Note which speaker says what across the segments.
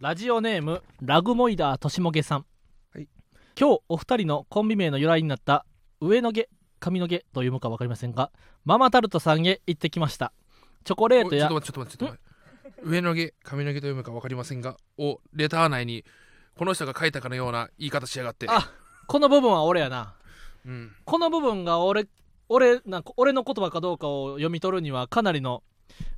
Speaker 1: ラジオネームラグモイダーとしもげさん、
Speaker 2: はい
Speaker 1: 今日お二人のコンビ名の由来になった上の毛上の毛と読むか分かりませんがママタルトさんへ行ってきましたチョコレー
Speaker 2: お
Speaker 1: ト
Speaker 2: いちょっ
Speaker 1: や
Speaker 2: と待ってちょっと待ってちょっと待って上の毛髪の毛と読むか分かりませんがをレター内にこの人が書いたかのような言い方しやがって
Speaker 1: あこの部分は俺やな
Speaker 2: うん
Speaker 1: この部分が俺俺なんか俺の言葉かどうかを読み取るにはかなりの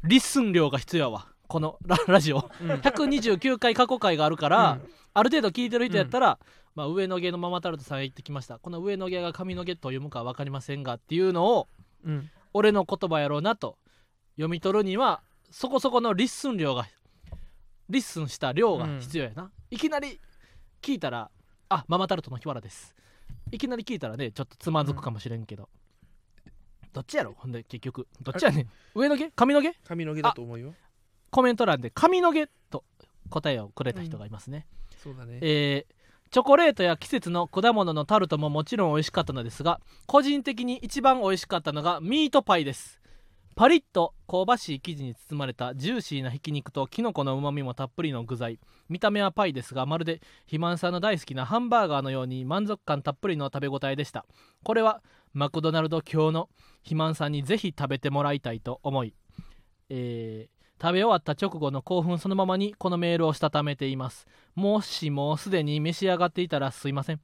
Speaker 1: リッスン量が必要やわこのララジオ
Speaker 2: うん
Speaker 1: 129回過去回があるから、
Speaker 2: うん
Speaker 1: ある程度聞いてる人やったら、まあ、上の毛のママタルトさんが言ってきましたこの上の毛が上の毛と読むか分かりませんがっていうのを
Speaker 2: うん
Speaker 1: 俺の言葉やろうなと読み取るにはそこそこのリッスン量がリッスンした量が必要やな、いきなり聞いたら「あママタルトの日原です」いきなり聞いたらねちょっとつまずくかもしれんけど、どっちやろほんで結局どっちやねん上の毛上の毛
Speaker 2: 髪の毛だと思うよ
Speaker 1: コメント欄で「髪の毛」と答えをくれた人がいますね、
Speaker 2: そうだね
Speaker 1: えーチョコレートや季節の果物のタルトももちろん美味しかったのですが個人的に一番美味しかったのがミートパイですパリッと香ばしい生地に包まれたジューシーなひき肉とキノコのうまみもたっぷりの具材見た目はパイですがまるで肥満さんの大好きなハンバーガーのように満足感たっぷりの食べ応えでしたこれはマクドナルド卿の肥満さんにぜひ食べてもらいたいと思い、えー食べ終わった直後の興奮そのままにこのメールをしたためていますもしもうすでに召し上がっていたらすいません。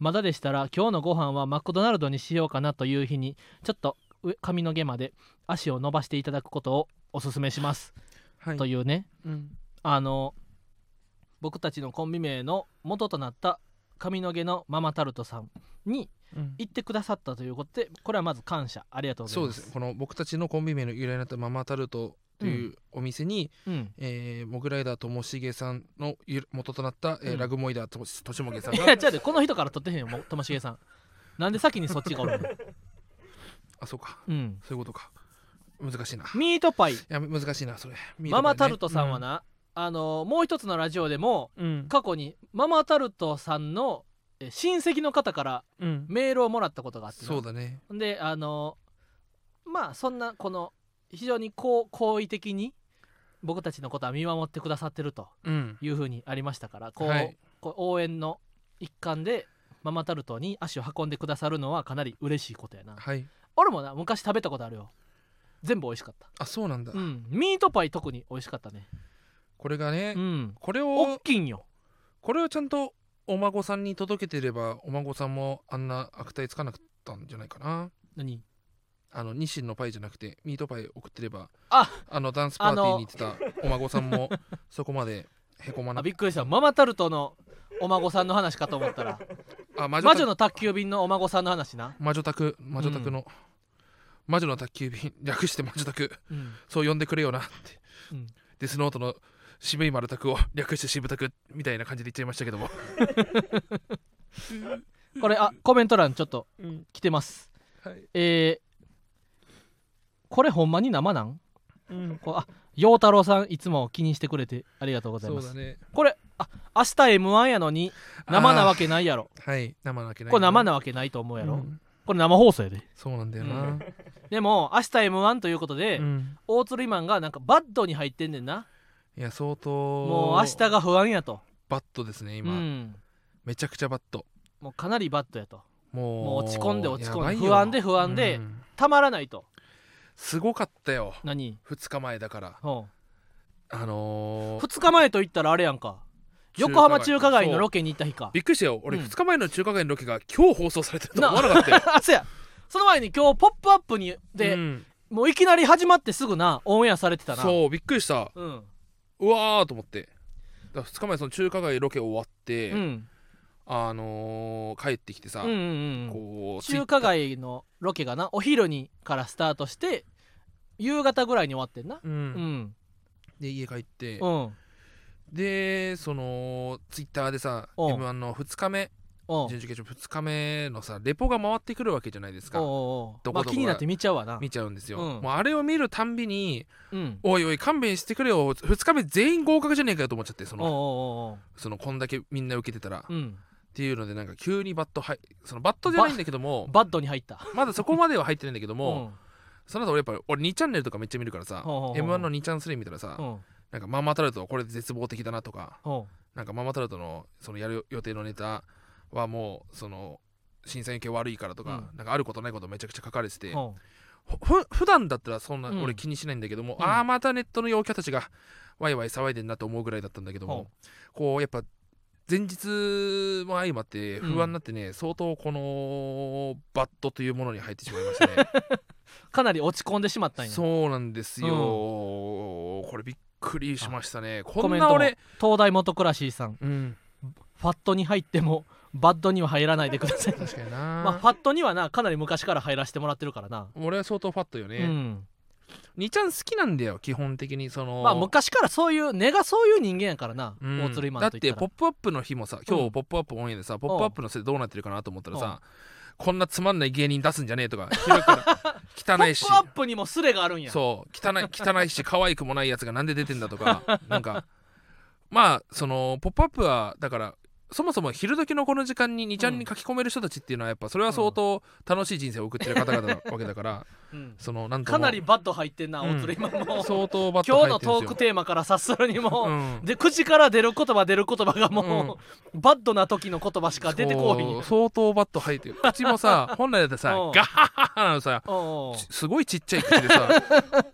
Speaker 1: まだでしたら今日のご飯はマクドナルドにしようかなという日にちょっと上髪の毛まで足を伸ばしていただくことをおすすめします、
Speaker 2: はい
Speaker 1: というね
Speaker 2: うん
Speaker 1: あの僕たちのコンビ名の元となった髪の毛のママタルトさんに
Speaker 2: うん
Speaker 1: 行ってくださったということでこれはまず感謝ありがとうござい
Speaker 2: そう
Speaker 1: ま
Speaker 2: ですすこの僕たちのコンビ名の由来になったママタルトというお店に、
Speaker 1: うん
Speaker 2: えーモグライダーともしげさんのゆ元となった、えー
Speaker 1: うん
Speaker 2: ラグモイダーととしもげさん
Speaker 1: い
Speaker 2: が
Speaker 1: や違 うでこの人から取ってへんよもうともしげさんなんで先にそっちがお るの、
Speaker 2: あそうか
Speaker 1: うん、
Speaker 2: そういうことか難しいない
Speaker 1: ミートパイ
Speaker 2: や難しいなそれミー
Speaker 1: マ
Speaker 2: トパイね
Speaker 1: マタルトさんはな、あのもう一つのラジオでも
Speaker 2: うん
Speaker 1: 過去にママタルトさんのえ親戚の方から
Speaker 2: うん
Speaker 1: メールをもらったことがあってな
Speaker 2: そうだね
Speaker 1: であのまあそんなこの非常にこう好意的に僕たちのことは見守ってくださってると
Speaker 2: うん
Speaker 1: いうふうにありましたからこう、
Speaker 2: はい
Speaker 1: こう応援の一環でママタルトに足を運んでくださるのはかなり嬉しいことやな
Speaker 2: はい
Speaker 1: 俺もな昔食べたことあるよ全部美味しかった
Speaker 2: あそうなんだ、
Speaker 1: うんミートパイ特に美味しかったね
Speaker 2: これがね、
Speaker 1: うん
Speaker 2: これ
Speaker 1: おっ
Speaker 2: を
Speaker 1: きいんよ
Speaker 2: これをちゃんとお孫さんに届けてればお孫さんもあんな悪態つかなかったんじゃないかな
Speaker 1: 何
Speaker 2: あの日清のパイじゃなくてミートパイ送ってれば
Speaker 1: あ
Speaker 2: あのダンスパーティーに行ってたお孫さん もそこまでへこまな
Speaker 1: あ
Speaker 2: く
Speaker 1: びっくりしたママタルトのお孫さんの話かと思ったら
Speaker 2: あ魔
Speaker 1: 魔
Speaker 2: 女
Speaker 1: 女
Speaker 2: の
Speaker 1: の宅急便のお孫さんの話な、
Speaker 2: 魔女宅魔女宅の、魔女の宅急便略して魔女宅
Speaker 1: うん
Speaker 2: そう呼んでくれよなって、
Speaker 1: うん
Speaker 2: デスノートの渋い丸宅を略して渋宅みたいな感じで言っちゃいましたけども
Speaker 1: これあコメント欄ちょっと
Speaker 2: うん
Speaker 1: 来てます
Speaker 2: はい
Speaker 1: えー、これほんまに生なん
Speaker 2: うん
Speaker 1: こうあ陽太郎さんいつも気にしてくれてありがとうござい
Speaker 2: そ
Speaker 1: ま
Speaker 2: う
Speaker 1: す
Speaker 2: だ、ね
Speaker 1: これあ明日 m 1やのに生なわけないやろ
Speaker 2: はい生なわけない
Speaker 1: これ生
Speaker 2: な
Speaker 1: なわけないと思うやろ、
Speaker 2: うん
Speaker 1: これ生放送やで
Speaker 2: そうなんだよな、
Speaker 1: でも明日 m 1ということ
Speaker 2: う
Speaker 1: で、
Speaker 2: ん、
Speaker 1: 大鶴マンがなんかバッドに入ってんねんない
Speaker 2: や相当
Speaker 1: もう明日が不安やと、
Speaker 2: バットですね
Speaker 1: う
Speaker 2: 今、
Speaker 1: ん、
Speaker 2: めちゃくちゃバット
Speaker 1: もうかなりバッドやと
Speaker 2: もう
Speaker 1: もう落ち込んで落ち込んで
Speaker 2: やばいよ
Speaker 1: 不安で不安で
Speaker 2: うん
Speaker 1: たまらないと
Speaker 2: すごかったよ
Speaker 1: 何
Speaker 2: 2日前だから
Speaker 1: ほ
Speaker 2: あのー
Speaker 1: 2日前と言ったらあれやんか横浜中華街のロケに行った日か
Speaker 2: びっくりしたよ俺
Speaker 1: うん
Speaker 2: 2日前の中華街のロケが今日放送されてると
Speaker 1: な
Speaker 2: 思わなかったよ
Speaker 1: あそうやその前に今日「ポップアップに で、
Speaker 2: うん
Speaker 1: もういきなり始まってすぐなオンエアされてたな
Speaker 2: そうびっくりした
Speaker 1: ううん、
Speaker 2: うわーと思ってだ2日前その中華街ロケ終わって、
Speaker 1: うん、
Speaker 2: あのー帰ってきてさ、
Speaker 1: うんうんうん
Speaker 2: こう
Speaker 1: 中華
Speaker 2: ツイッ
Speaker 1: 街のロケがなお昼にからスタートして夕方ぐらいに終わってんな
Speaker 2: ター、う
Speaker 1: うんん
Speaker 2: で家帰って、
Speaker 1: うんうん
Speaker 2: でそのツイッターでさ
Speaker 1: うん
Speaker 2: m 1の2日目
Speaker 1: おう
Speaker 2: 準々決勝2日目のさレポが回ってくるわけじゃないです
Speaker 1: お
Speaker 2: か
Speaker 1: うおう
Speaker 2: ど
Speaker 1: ま
Speaker 2: こどこが
Speaker 1: あ気になって見ちゃうわな
Speaker 2: 見ちゃうんですよ、
Speaker 1: うん
Speaker 2: もうあれを見るたんびに
Speaker 1: うん
Speaker 2: おいおい勘弁してくれよ2日目全員合格じゃねえかよと思っちゃってそ
Speaker 1: おうおう
Speaker 2: の
Speaker 1: おう
Speaker 2: そのこんだけみんな受けてたら、
Speaker 1: おうう
Speaker 2: っ
Speaker 1: ん
Speaker 2: ていうのでなんか急にバット入そのバットじゃないんだけども
Speaker 1: バッドに入った
Speaker 2: まだそこまでは入ってないんだけど
Speaker 1: う
Speaker 2: も、
Speaker 1: ん
Speaker 2: その後俺やっぱ俺2チャンネルとかめっちゃ見るから
Speaker 1: ほ
Speaker 2: さ、
Speaker 1: うほうほう
Speaker 2: m 1の2チャンスレ見たらさ、
Speaker 1: うん
Speaker 2: なんかママタルトはこれで絶望的だなとか
Speaker 1: ほ
Speaker 2: なんかママタルトのそのやる予定のネタはもうその審査員系悪いからとか、なんかあることないことめちゃくちゃ書かれて
Speaker 1: う
Speaker 2: て
Speaker 1: ほ
Speaker 2: ふふ普段だったらそんな
Speaker 1: うん
Speaker 2: 俺気にしないんだけども、
Speaker 1: うん
Speaker 2: ああまたネットの陽キャたちがワイワイ騒いでんなと思うぐらいだったんだけども、
Speaker 1: ほ
Speaker 2: こうやっぱ前日も相まって
Speaker 1: うん
Speaker 2: 不安になってね、相当このバットというものに入ってしまいましたね
Speaker 1: うかなり落ち込んでしまったんや
Speaker 2: そうなんですよ、これびっくりしましたねこ
Speaker 1: コメ
Speaker 2: ん
Speaker 1: ント
Speaker 2: な
Speaker 1: も
Speaker 2: 俺、
Speaker 1: 東大元倉シーさん
Speaker 2: うん、
Speaker 1: ファットに入ってもバッドには入らないでくだ さい
Speaker 2: 確かにな、
Speaker 1: まあファットにはなかなり昔から入らせてもらってるからな、
Speaker 2: 俺は相当ファットよ
Speaker 1: う
Speaker 2: ね、
Speaker 1: ん
Speaker 2: 二ちゃん好きなんだよ基本的にその
Speaker 1: まあ昔からそういう根がそういう人間やからな、
Speaker 2: うん
Speaker 1: 大鶴マ
Speaker 2: だ
Speaker 1: ン
Speaker 2: っ
Speaker 1: とい
Speaker 2: て「
Speaker 1: った
Speaker 2: ポ
Speaker 1: ら
Speaker 2: ップアップの日もさ今日「ポップアップオンエアでさ「ポップアップのせいでどうなってるかなと思ったらさこんなつまんない芸人出すんじゃねえとか昼から汚い し
Speaker 1: ポップアップにもスレがあるんや
Speaker 2: そう汚い汚いし可愛くもないやつがなんで出てんだ とかなんかまあその「ポップアップはだからそもそも昼時のこの時間に2ちゃんに書き込める人たちっていうのはやっぱそれは相当楽しい人生を送ってる方々なわけだから
Speaker 1: うん
Speaker 2: そのなんとも
Speaker 1: かなりバッド入ってんな、
Speaker 2: うん
Speaker 1: 大鶴今もう
Speaker 2: 相当バ
Speaker 1: 今日
Speaker 2: ット入
Speaker 1: の
Speaker 2: って
Speaker 1: ト
Speaker 2: るん
Speaker 1: ー
Speaker 2: です
Speaker 1: ク
Speaker 2: よ
Speaker 1: テーマから察するにも、
Speaker 2: うん
Speaker 1: で口から出る言葉出る言葉がもう、バッドな時の言葉しか出てこうへん
Speaker 2: そ
Speaker 1: や
Speaker 2: う相当バット 入ってる口もさ本来だってさ
Speaker 1: うん
Speaker 2: ガッハッハッハなのさ
Speaker 1: おうおう
Speaker 2: ちすごいちっちゃい口 でさ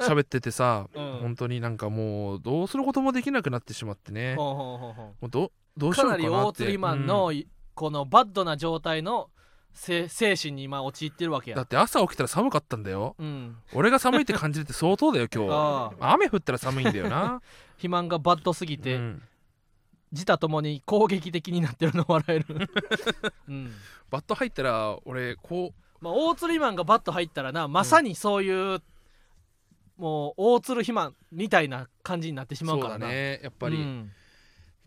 Speaker 2: 喋っててさ、
Speaker 1: うん
Speaker 2: 本当になんかもうどうすることもできなくなってしまってねも
Speaker 1: ほうほうほうほう
Speaker 2: うどどうし
Speaker 1: か
Speaker 2: よう
Speaker 1: な
Speaker 2: かなって
Speaker 1: り大釣りマン
Speaker 2: う
Speaker 1: の
Speaker 2: ん
Speaker 1: いこのバッドな状態のせ精神に今陥ってるわけ
Speaker 2: だ
Speaker 1: や
Speaker 2: っ。て朝起きたら寒かったんだよ
Speaker 1: うん、
Speaker 2: 俺が寒いって感じるって相当だよ今
Speaker 1: ああ
Speaker 2: 日雨降ったら寒いんだよ な
Speaker 1: 肥満がバッドすぎて、
Speaker 2: うん
Speaker 1: 自他ともに攻撃的になってるの笑 える、うん
Speaker 2: バット入ったら俺こう
Speaker 1: まあ、大釣りマンがバッド入ったらなまさにそういう、もう大鶴肥満みたいな感じになってしま
Speaker 2: そうう
Speaker 1: から
Speaker 2: だ
Speaker 1: な
Speaker 2: ねやっぱり、
Speaker 1: うん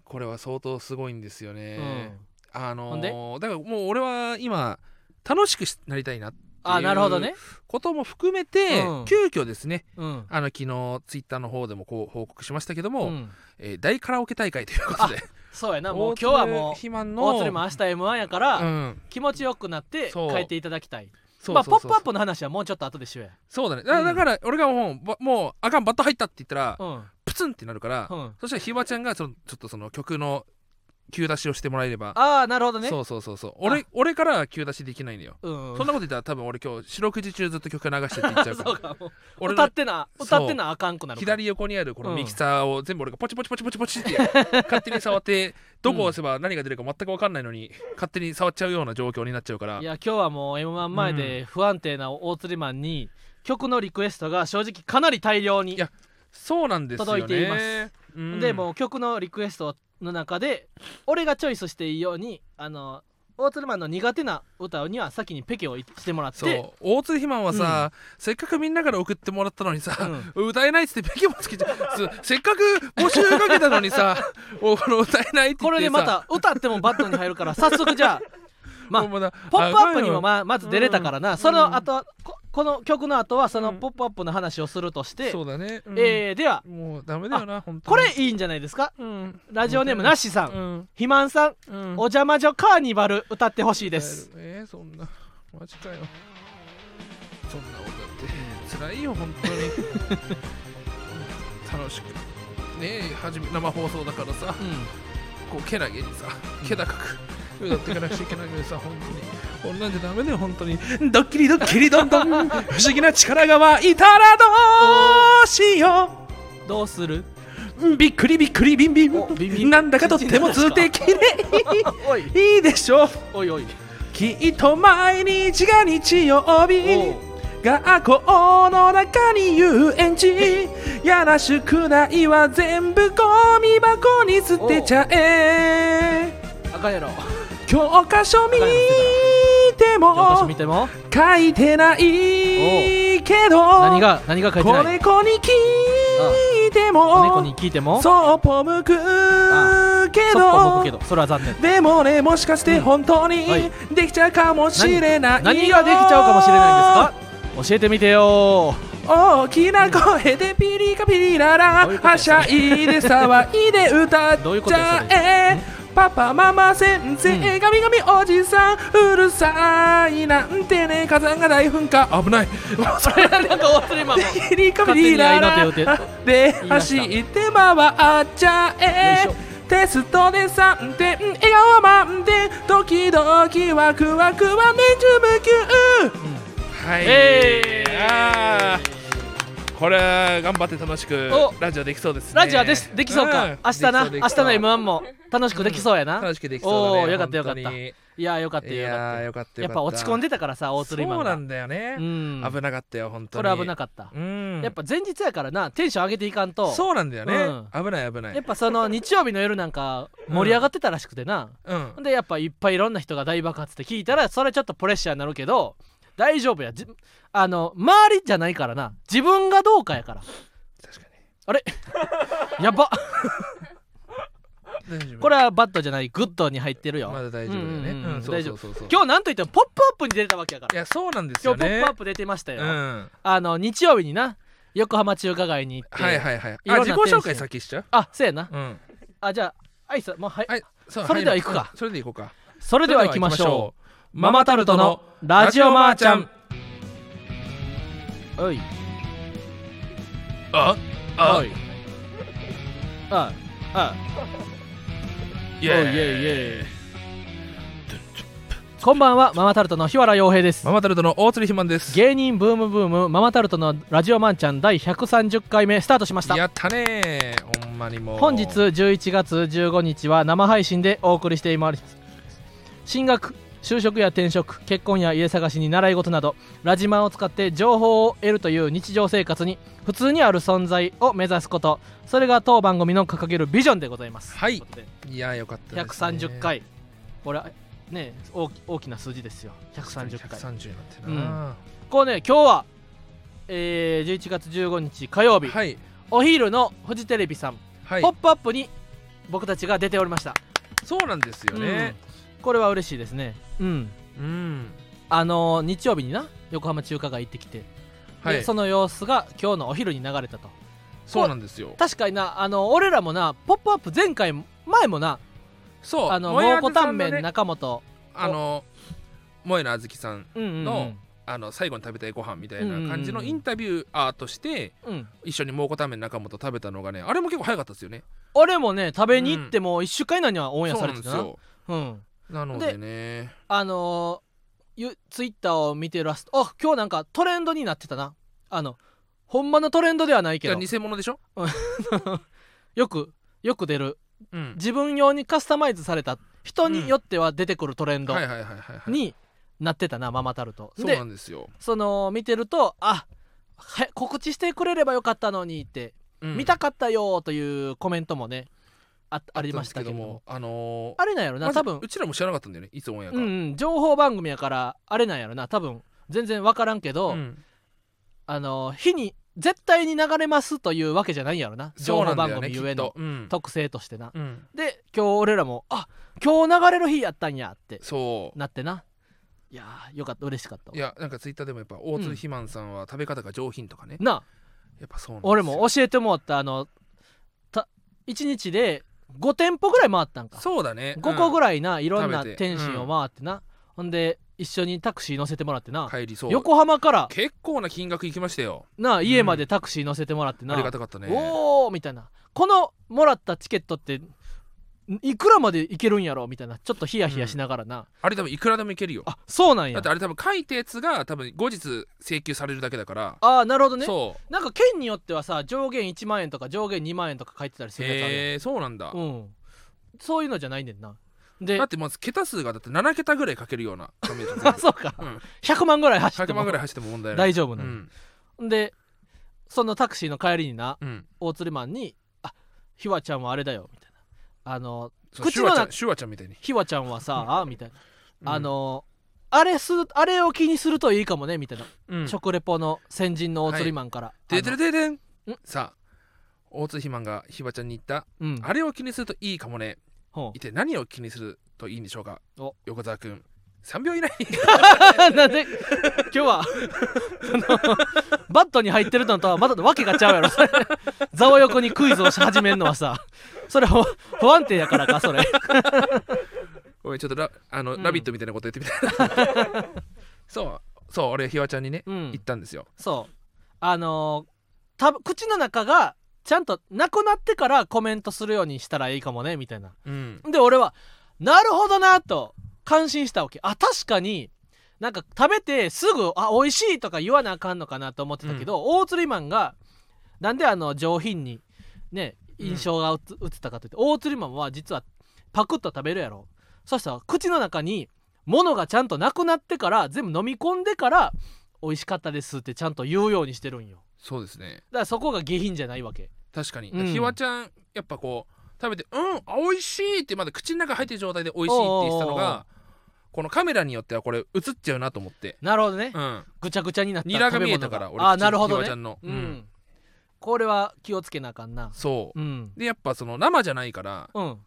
Speaker 2: これは相当すごいんですよ
Speaker 1: う
Speaker 2: ね、
Speaker 1: ん
Speaker 2: あ
Speaker 1: ほ
Speaker 2: の
Speaker 1: ん
Speaker 2: ー、だからもう俺は今楽しくしなりたいなって
Speaker 1: あなるほどね、
Speaker 2: ことも含めて、
Speaker 1: うん
Speaker 2: 急遽ですね
Speaker 1: うん
Speaker 2: あの昨日ツイッターの方でもこう報告しましたけど
Speaker 1: う
Speaker 2: も、
Speaker 1: ん、
Speaker 2: えー大カラオケ大会ということで
Speaker 1: そう やなもう今日はも
Speaker 2: 肥満
Speaker 1: う
Speaker 2: の
Speaker 1: 大鶴も明日 m 1やから、
Speaker 2: うん
Speaker 1: 気持ちよくなって
Speaker 2: そう
Speaker 1: 変えていただきたい
Speaker 2: そうそうそう
Speaker 1: まあ「ポップアップの話はもうちょっと後でしようや。
Speaker 2: そうだねだから
Speaker 1: うん
Speaker 2: だから俺がもうばもうあかんバット入ったって言ったら、
Speaker 1: うん
Speaker 2: プツンってなるから、
Speaker 1: うん、
Speaker 2: そしたらひばちゃんがそのちょっとその曲の急出しをしてもらえれば
Speaker 1: ああなるほどね、
Speaker 2: そううそうそうそう俺俺からは急出しできないのよ、
Speaker 1: ん、
Speaker 2: そんなこと言ったら多分俺今日四六時中ずっと曲流してって言っちゃうか
Speaker 1: そう
Speaker 2: ら
Speaker 1: かもう
Speaker 2: 俺
Speaker 1: 歌
Speaker 2: の
Speaker 1: ってな
Speaker 2: そう
Speaker 1: 歌ってなあかんくなるから
Speaker 2: 左横にあるこ
Speaker 1: う
Speaker 2: の
Speaker 1: ん
Speaker 2: ミキサーを全部俺がポチポチポチポチポチって勝手に触ってどこを押せば何が出るか全く分かんないのに勝手に触っちゃうような状況になっちゃうから
Speaker 1: いや今日はもう m 1前で不安定な大釣りマンに曲のリクエストが正直かなり大量に
Speaker 2: いやそうなんですよね
Speaker 1: 届いています
Speaker 2: うん
Speaker 1: でもう曲のリクエストの中で俺がチョイスしていいようにあの大鶴マンの苦手な歌には先にペケをしてもらって
Speaker 2: そう大津ひまんはさ、せっかくみんなから送ってもらったのにさ、歌えないっつってペケもつけちゃうすせっかく募集かけたの にさおこの歌えないって言ってさ
Speaker 1: これでまた歌ってもバットに入るから早速じゃあまあ
Speaker 2: もうだ
Speaker 1: 「ポップアップにも
Speaker 2: あ
Speaker 1: まあまず出れたからな、
Speaker 2: うん
Speaker 1: その後、ここの曲の後はその「
Speaker 2: うん
Speaker 1: ポップアップの話をするとして、
Speaker 2: そうだね、うん
Speaker 1: えーでは
Speaker 2: もうダメだよな本当
Speaker 1: こ
Speaker 2: に
Speaker 1: れいいんじゃないですか
Speaker 2: うん
Speaker 1: ラジオネームなしさん、
Speaker 2: うん
Speaker 1: 肥満さん、
Speaker 2: うん
Speaker 1: お邪魔女カーニバル歌ってほしいです、
Speaker 2: えー、そんなマジかよそんな俺だって辛いよ本当に楽しくねえ初め生放送だからさこうけなげにさけ高く歌っていかなくちゃいけないのにさ本当にこんなんじゃダメだよ本当にドッキリドッキリどんどん不思議な力が湧いたらどうしよ
Speaker 1: うん、どうする
Speaker 2: うびっくりびっくりビンビ
Speaker 1: お
Speaker 2: ン
Speaker 1: ビンビン
Speaker 2: なんだかとっても通的で
Speaker 1: おい
Speaker 2: いいでしょう
Speaker 1: おいおい
Speaker 2: きっと毎日が日曜日学校の中に遊園地やら宿題は全部ゴミ箱に捨てちゃえ
Speaker 1: あかんやろ
Speaker 2: 教科書見て
Speaker 1: 教科書
Speaker 2: も
Speaker 1: 見ても
Speaker 2: 書いてないけ
Speaker 1: 何
Speaker 2: ど
Speaker 1: が何が書いて
Speaker 2: 子
Speaker 1: ない
Speaker 2: 猫に聞いて
Speaker 1: お猫
Speaker 2: も
Speaker 1: に聞いてもそっ
Speaker 2: そうぽむくけ
Speaker 1: ぽ向
Speaker 2: ど
Speaker 1: くけどそれは残念
Speaker 2: でもねもしかして本当に
Speaker 1: はい
Speaker 2: できちゃうかもしれないよ
Speaker 1: 何ができちゃうかもしれないんですか教えてみてよ
Speaker 2: 大きな声でピリカピリララ
Speaker 1: どういうこと
Speaker 2: はしゃいで騒いで歌っ
Speaker 1: どういうこ
Speaker 2: ち
Speaker 1: とや
Speaker 2: ゃえパパママ先生ガミガミおじさんうるさいなんてね火山が大噴火 危ないそれ
Speaker 1: なんか忘れまん
Speaker 2: ヘリカビリララで走って回っちゃえ
Speaker 1: よいし
Speaker 2: テストで3点笑顔満点時々ワクワクは年中無休はい、
Speaker 1: えー
Speaker 2: あーこれは頑張って楽しく
Speaker 1: お
Speaker 2: ラジオできそうですね
Speaker 1: ラジオですできそうか、
Speaker 2: ん
Speaker 1: 明日な
Speaker 2: で
Speaker 1: 明
Speaker 2: き
Speaker 1: 日
Speaker 2: そう
Speaker 1: の
Speaker 2: できそ
Speaker 1: M1
Speaker 2: う
Speaker 1: も楽しくできそうやな、
Speaker 2: 楽しくできそうだ
Speaker 1: おー
Speaker 2: ね
Speaker 1: よかったよかった
Speaker 2: 本当に
Speaker 1: いやーよかった
Speaker 2: い
Speaker 1: よよか
Speaker 2: や
Speaker 1: っ
Speaker 2: ー
Speaker 1: た
Speaker 2: よかった
Speaker 1: やっぱ落ち込ん
Speaker 2: で
Speaker 1: でたからさ大
Speaker 2: そ
Speaker 1: 鶴マン
Speaker 2: う
Speaker 1: が
Speaker 2: なんだよね、
Speaker 1: うん
Speaker 2: 危なかったよ本当
Speaker 1: こ
Speaker 2: に
Speaker 1: れ危な
Speaker 2: かっ
Speaker 1: かった、
Speaker 2: たうん
Speaker 1: やっぱ前日やからなテンション上げていかんと
Speaker 2: そうなんだよね、
Speaker 1: う
Speaker 2: 危ない危ない
Speaker 1: やっぱその日曜日の夜なんか盛り上がってたらしくてな、
Speaker 2: うん
Speaker 1: でやっぱいっぱいいろんな人が大爆発って聞いたらそれちょっとプレッシャーになるけど大丈夫やじあの周りじゃないからな自分がどうかやから
Speaker 2: 確か
Speaker 1: あれ やば
Speaker 2: に大丈夫
Speaker 1: これはバッドじゃないグッドに入ってるよ、
Speaker 2: まだ大丈夫だよね、
Speaker 1: うんうんうん
Speaker 2: うんそう
Speaker 1: 大丈夫
Speaker 2: そうそうそう
Speaker 1: 今日なんといっても「ポップアップに出てたわけやか
Speaker 2: い
Speaker 1: ら
Speaker 2: やそうなんです
Speaker 1: 今
Speaker 2: よ
Speaker 1: 日「ポッ
Speaker 2: ね
Speaker 1: プアップ出てましたよ、
Speaker 2: うん
Speaker 1: あの日曜日にな横浜中華街に行って、
Speaker 2: はいはいはいあ
Speaker 1: いろんな
Speaker 2: 自己紹介先しちゃう
Speaker 1: あそうやな
Speaker 2: うん
Speaker 1: あじゃあ挨拶もうはい、
Speaker 2: はいそう
Speaker 1: それでは行くか
Speaker 2: いそれで行こうか
Speaker 1: それ
Speaker 2: そ
Speaker 1: では行きましょ
Speaker 2: う
Speaker 1: うママタルトのラジオマーちゃんおい
Speaker 2: あ
Speaker 1: お
Speaker 2: あ
Speaker 1: いああ
Speaker 2: イエ
Speaker 1: おいイエ
Speaker 2: ーイ
Speaker 1: イイエイこんばんはママタルトの日原洋平です
Speaker 2: ママタルトの大鶴ひまんです
Speaker 1: 芸人ブームブームママタルトのラジオマンちゃん第130回目スタートしました
Speaker 2: やったねーほんまにもう
Speaker 1: 本日11月15日は生配信でお送りしています進学就職や転職結婚や家探しに習い事などラジマンを使って情報を得るという日常生活に普通にある存在を目指すことそれが当番組の掲げるビジョンでございます
Speaker 2: はい
Speaker 1: とうことで
Speaker 2: いやよかったですね
Speaker 1: 130回これはね大き大きな数字ですよ130回
Speaker 2: 130になってるな
Speaker 1: こうね今日は、えー11月15日火曜日、
Speaker 2: はい
Speaker 1: お昼のフジテレビさん
Speaker 2: はい
Speaker 1: ポップアップに僕たちが出ておりました、
Speaker 2: そうなんですよね
Speaker 1: これは嬉しいですねうん
Speaker 2: うん
Speaker 1: あのー日曜日にな横浜中華街行ってきて、
Speaker 2: は
Speaker 1: で
Speaker 2: い
Speaker 1: その様子が今日のお昼に流れたと
Speaker 2: そうなんですよ
Speaker 1: 確かになあの俺らもな「ポップアップ前回前もな
Speaker 2: そう
Speaker 1: あの
Speaker 2: 萌
Speaker 1: 蒙
Speaker 2: えあず
Speaker 1: 古
Speaker 2: さ
Speaker 1: タン
Speaker 2: んの
Speaker 1: メ
Speaker 2: ね
Speaker 1: ン中本
Speaker 2: あの萌えのあずきさん
Speaker 1: うんうんうん
Speaker 2: のあの最後に食べたいご飯みたいな感じの
Speaker 1: うんうんうん
Speaker 2: インタビューアーとして
Speaker 1: うん
Speaker 2: 一緒に蒙古タンメン中本食べたのがねあれも結構早かったですよね
Speaker 1: 俺もね食べに行ってもう1週間以内にはオンエア
Speaker 2: そう
Speaker 1: さ
Speaker 2: な
Speaker 1: れ
Speaker 2: ん
Speaker 1: て
Speaker 2: です
Speaker 1: たな
Speaker 2: よ
Speaker 1: うん
Speaker 2: なのでね
Speaker 1: あのーゆツイッターを見てらすとあ今日なんかトレンドになってたなあのほんまのトレンドではない
Speaker 2: い
Speaker 1: け
Speaker 2: や
Speaker 1: ど
Speaker 2: 偽物でしょ
Speaker 1: よくよく出る
Speaker 2: うん
Speaker 1: 自分用にカスタマイズされた人によっては出てくるトレンド
Speaker 2: はいはいはいはいはい
Speaker 1: になってたなママタルト
Speaker 2: そうな
Speaker 1: で
Speaker 2: んですよ
Speaker 1: その見てるとあは告知してくれればよかったのにって、
Speaker 2: 見
Speaker 1: 見たかったよというコメントもねあありましたけども
Speaker 2: あのー
Speaker 1: あれなんやろな
Speaker 2: まず
Speaker 1: 多分
Speaker 2: うちらも知らなかったんだよねいつオンエア
Speaker 1: う
Speaker 2: か
Speaker 1: んうん情報番組やからあれなんやろな多分全然分からんけど、
Speaker 2: うん
Speaker 1: あの日に絶対に流れますというわけじゃないんやろな
Speaker 2: そ
Speaker 1: 情
Speaker 2: うな
Speaker 1: 報
Speaker 2: んだ
Speaker 1: 番
Speaker 2: よね
Speaker 1: 組
Speaker 2: き
Speaker 1: ゆえ
Speaker 2: っ
Speaker 1: の
Speaker 2: とうん
Speaker 1: 特性としてな
Speaker 2: うん
Speaker 1: で今日俺らもあ今日流れる日やったんやって
Speaker 2: そう
Speaker 1: なってないやーよかった嬉しかったわ
Speaker 2: いやなんかツイッターでもやっぱ大津ひまんさんは食べ方が上品とかね
Speaker 1: なあ
Speaker 2: やっぱそうなんですよ
Speaker 1: 俺も教えてもらったあのた1日で5店舗ぐらい回ったんか
Speaker 2: そうだね
Speaker 1: 5個ぐ
Speaker 2: ら
Speaker 1: らいないろんな
Speaker 2: 食べて
Speaker 1: 天心を回ってな、ほんで一緒にタクシー乗せてもらってな、
Speaker 2: 帰りそう
Speaker 1: 横浜から
Speaker 2: 結構な金額いきましたよ
Speaker 1: なあ家までタクシー乗せてもらってな、
Speaker 2: ありがたかったね
Speaker 1: おおみたいなこのもらったチケットってんいくらまでいけるんやろみたいなちょっとヒヤヒヤしながらな、
Speaker 2: あれ多分いくらでもいけるよ
Speaker 1: あそうなん
Speaker 2: だ
Speaker 1: や
Speaker 2: ってあれ多分書いたやつが多分後日請求されるだけだから
Speaker 1: ああなるほどね
Speaker 2: そう
Speaker 1: なんか県によってはさ上限1万円とか上限2万円とか書いてたりするやつあるやん
Speaker 2: へえそうなんだ
Speaker 1: うん、そういうのじゃないねんなで
Speaker 2: だってまず桁数がだって7桁ぐらいかけるような紙だ
Speaker 1: あ そうか、
Speaker 2: うん
Speaker 1: 100万ぐらい走って
Speaker 2: 100
Speaker 1: も
Speaker 2: 万ぐらい走っても問題ない
Speaker 1: 大丈夫
Speaker 2: う
Speaker 1: なの、
Speaker 2: ん
Speaker 1: でそのタクシーの帰りにな
Speaker 2: うん
Speaker 1: 大鶴マンに「あひわちゃんはあれだよ」みたいな「あの
Speaker 2: そうシ
Speaker 1: 口
Speaker 2: ュ
Speaker 1: の
Speaker 2: ワちゃ
Speaker 1: 中
Speaker 2: んシュワちゃんみたいに
Speaker 1: ひわちゃんはさ」みたいな「
Speaker 2: うん
Speaker 1: あのあれすあれを気にするといいかもね」みたいな、
Speaker 2: うん
Speaker 1: 食レポの先人の大鶴マンから、
Speaker 2: でで
Speaker 1: あの
Speaker 2: でででん
Speaker 1: ん
Speaker 2: さあ大津ひまんがひばちゃんに言った
Speaker 1: うん
Speaker 2: あれを気にするといいかもね
Speaker 1: ほ
Speaker 2: 一体何を気にするといいんでしょうか
Speaker 1: お
Speaker 2: 横澤君3秒以内
Speaker 1: う なんで今日はそのバットに入ってるのとはまだわけがちゃうやろそれざわ横にクイズをし始めるのはさそれは不安定やからかそれ
Speaker 2: ごめんちょっとラあの、
Speaker 1: うん
Speaker 2: ラビットみたいなこと言ってみた そうそう俺ひわちゃんにね、
Speaker 1: うん
Speaker 2: 言ったんですよ
Speaker 1: そうあのーた口の中がちゃんとなくなってからコメントするようにしたらいいかもねみたいな
Speaker 2: うん
Speaker 1: で俺はなるほどなと感心したわけあ確かになんか食べてすぐあ美味しいとか言わなあかんのかなと思ってたけど、大釣りマンがなんであの上品にね印象がうつ映ったかといって、大釣りマンは実はパクッと食べるやろそしたら口の中に物がちゃんとなくなってから全部飲み込んでから美味しかったですってちゃんと言うようにしてるんよ
Speaker 2: そうですね
Speaker 1: だからそこが下品じゃないわけ
Speaker 2: 確かに、
Speaker 1: うん
Speaker 2: ひわちゃんやっぱこう食べて「うんあ美味しい」ってまだ口の中入ってる状態で「美味しい」って言ってた
Speaker 1: おうおう
Speaker 2: の
Speaker 1: おう
Speaker 2: がこのカメラによってはこれ映っちゃうなと思って
Speaker 1: なるほどね
Speaker 2: うん
Speaker 1: ぐちゃぐちゃになった
Speaker 2: ニラが見えたから
Speaker 1: 食べ
Speaker 2: 俺
Speaker 1: 物があなるほど
Speaker 2: ひわ
Speaker 1: ね
Speaker 2: ちゃんの、
Speaker 1: う
Speaker 2: うん
Speaker 1: ん、これは気をつけなあかんな
Speaker 2: そううんでやっぱその生じゃないから
Speaker 1: うん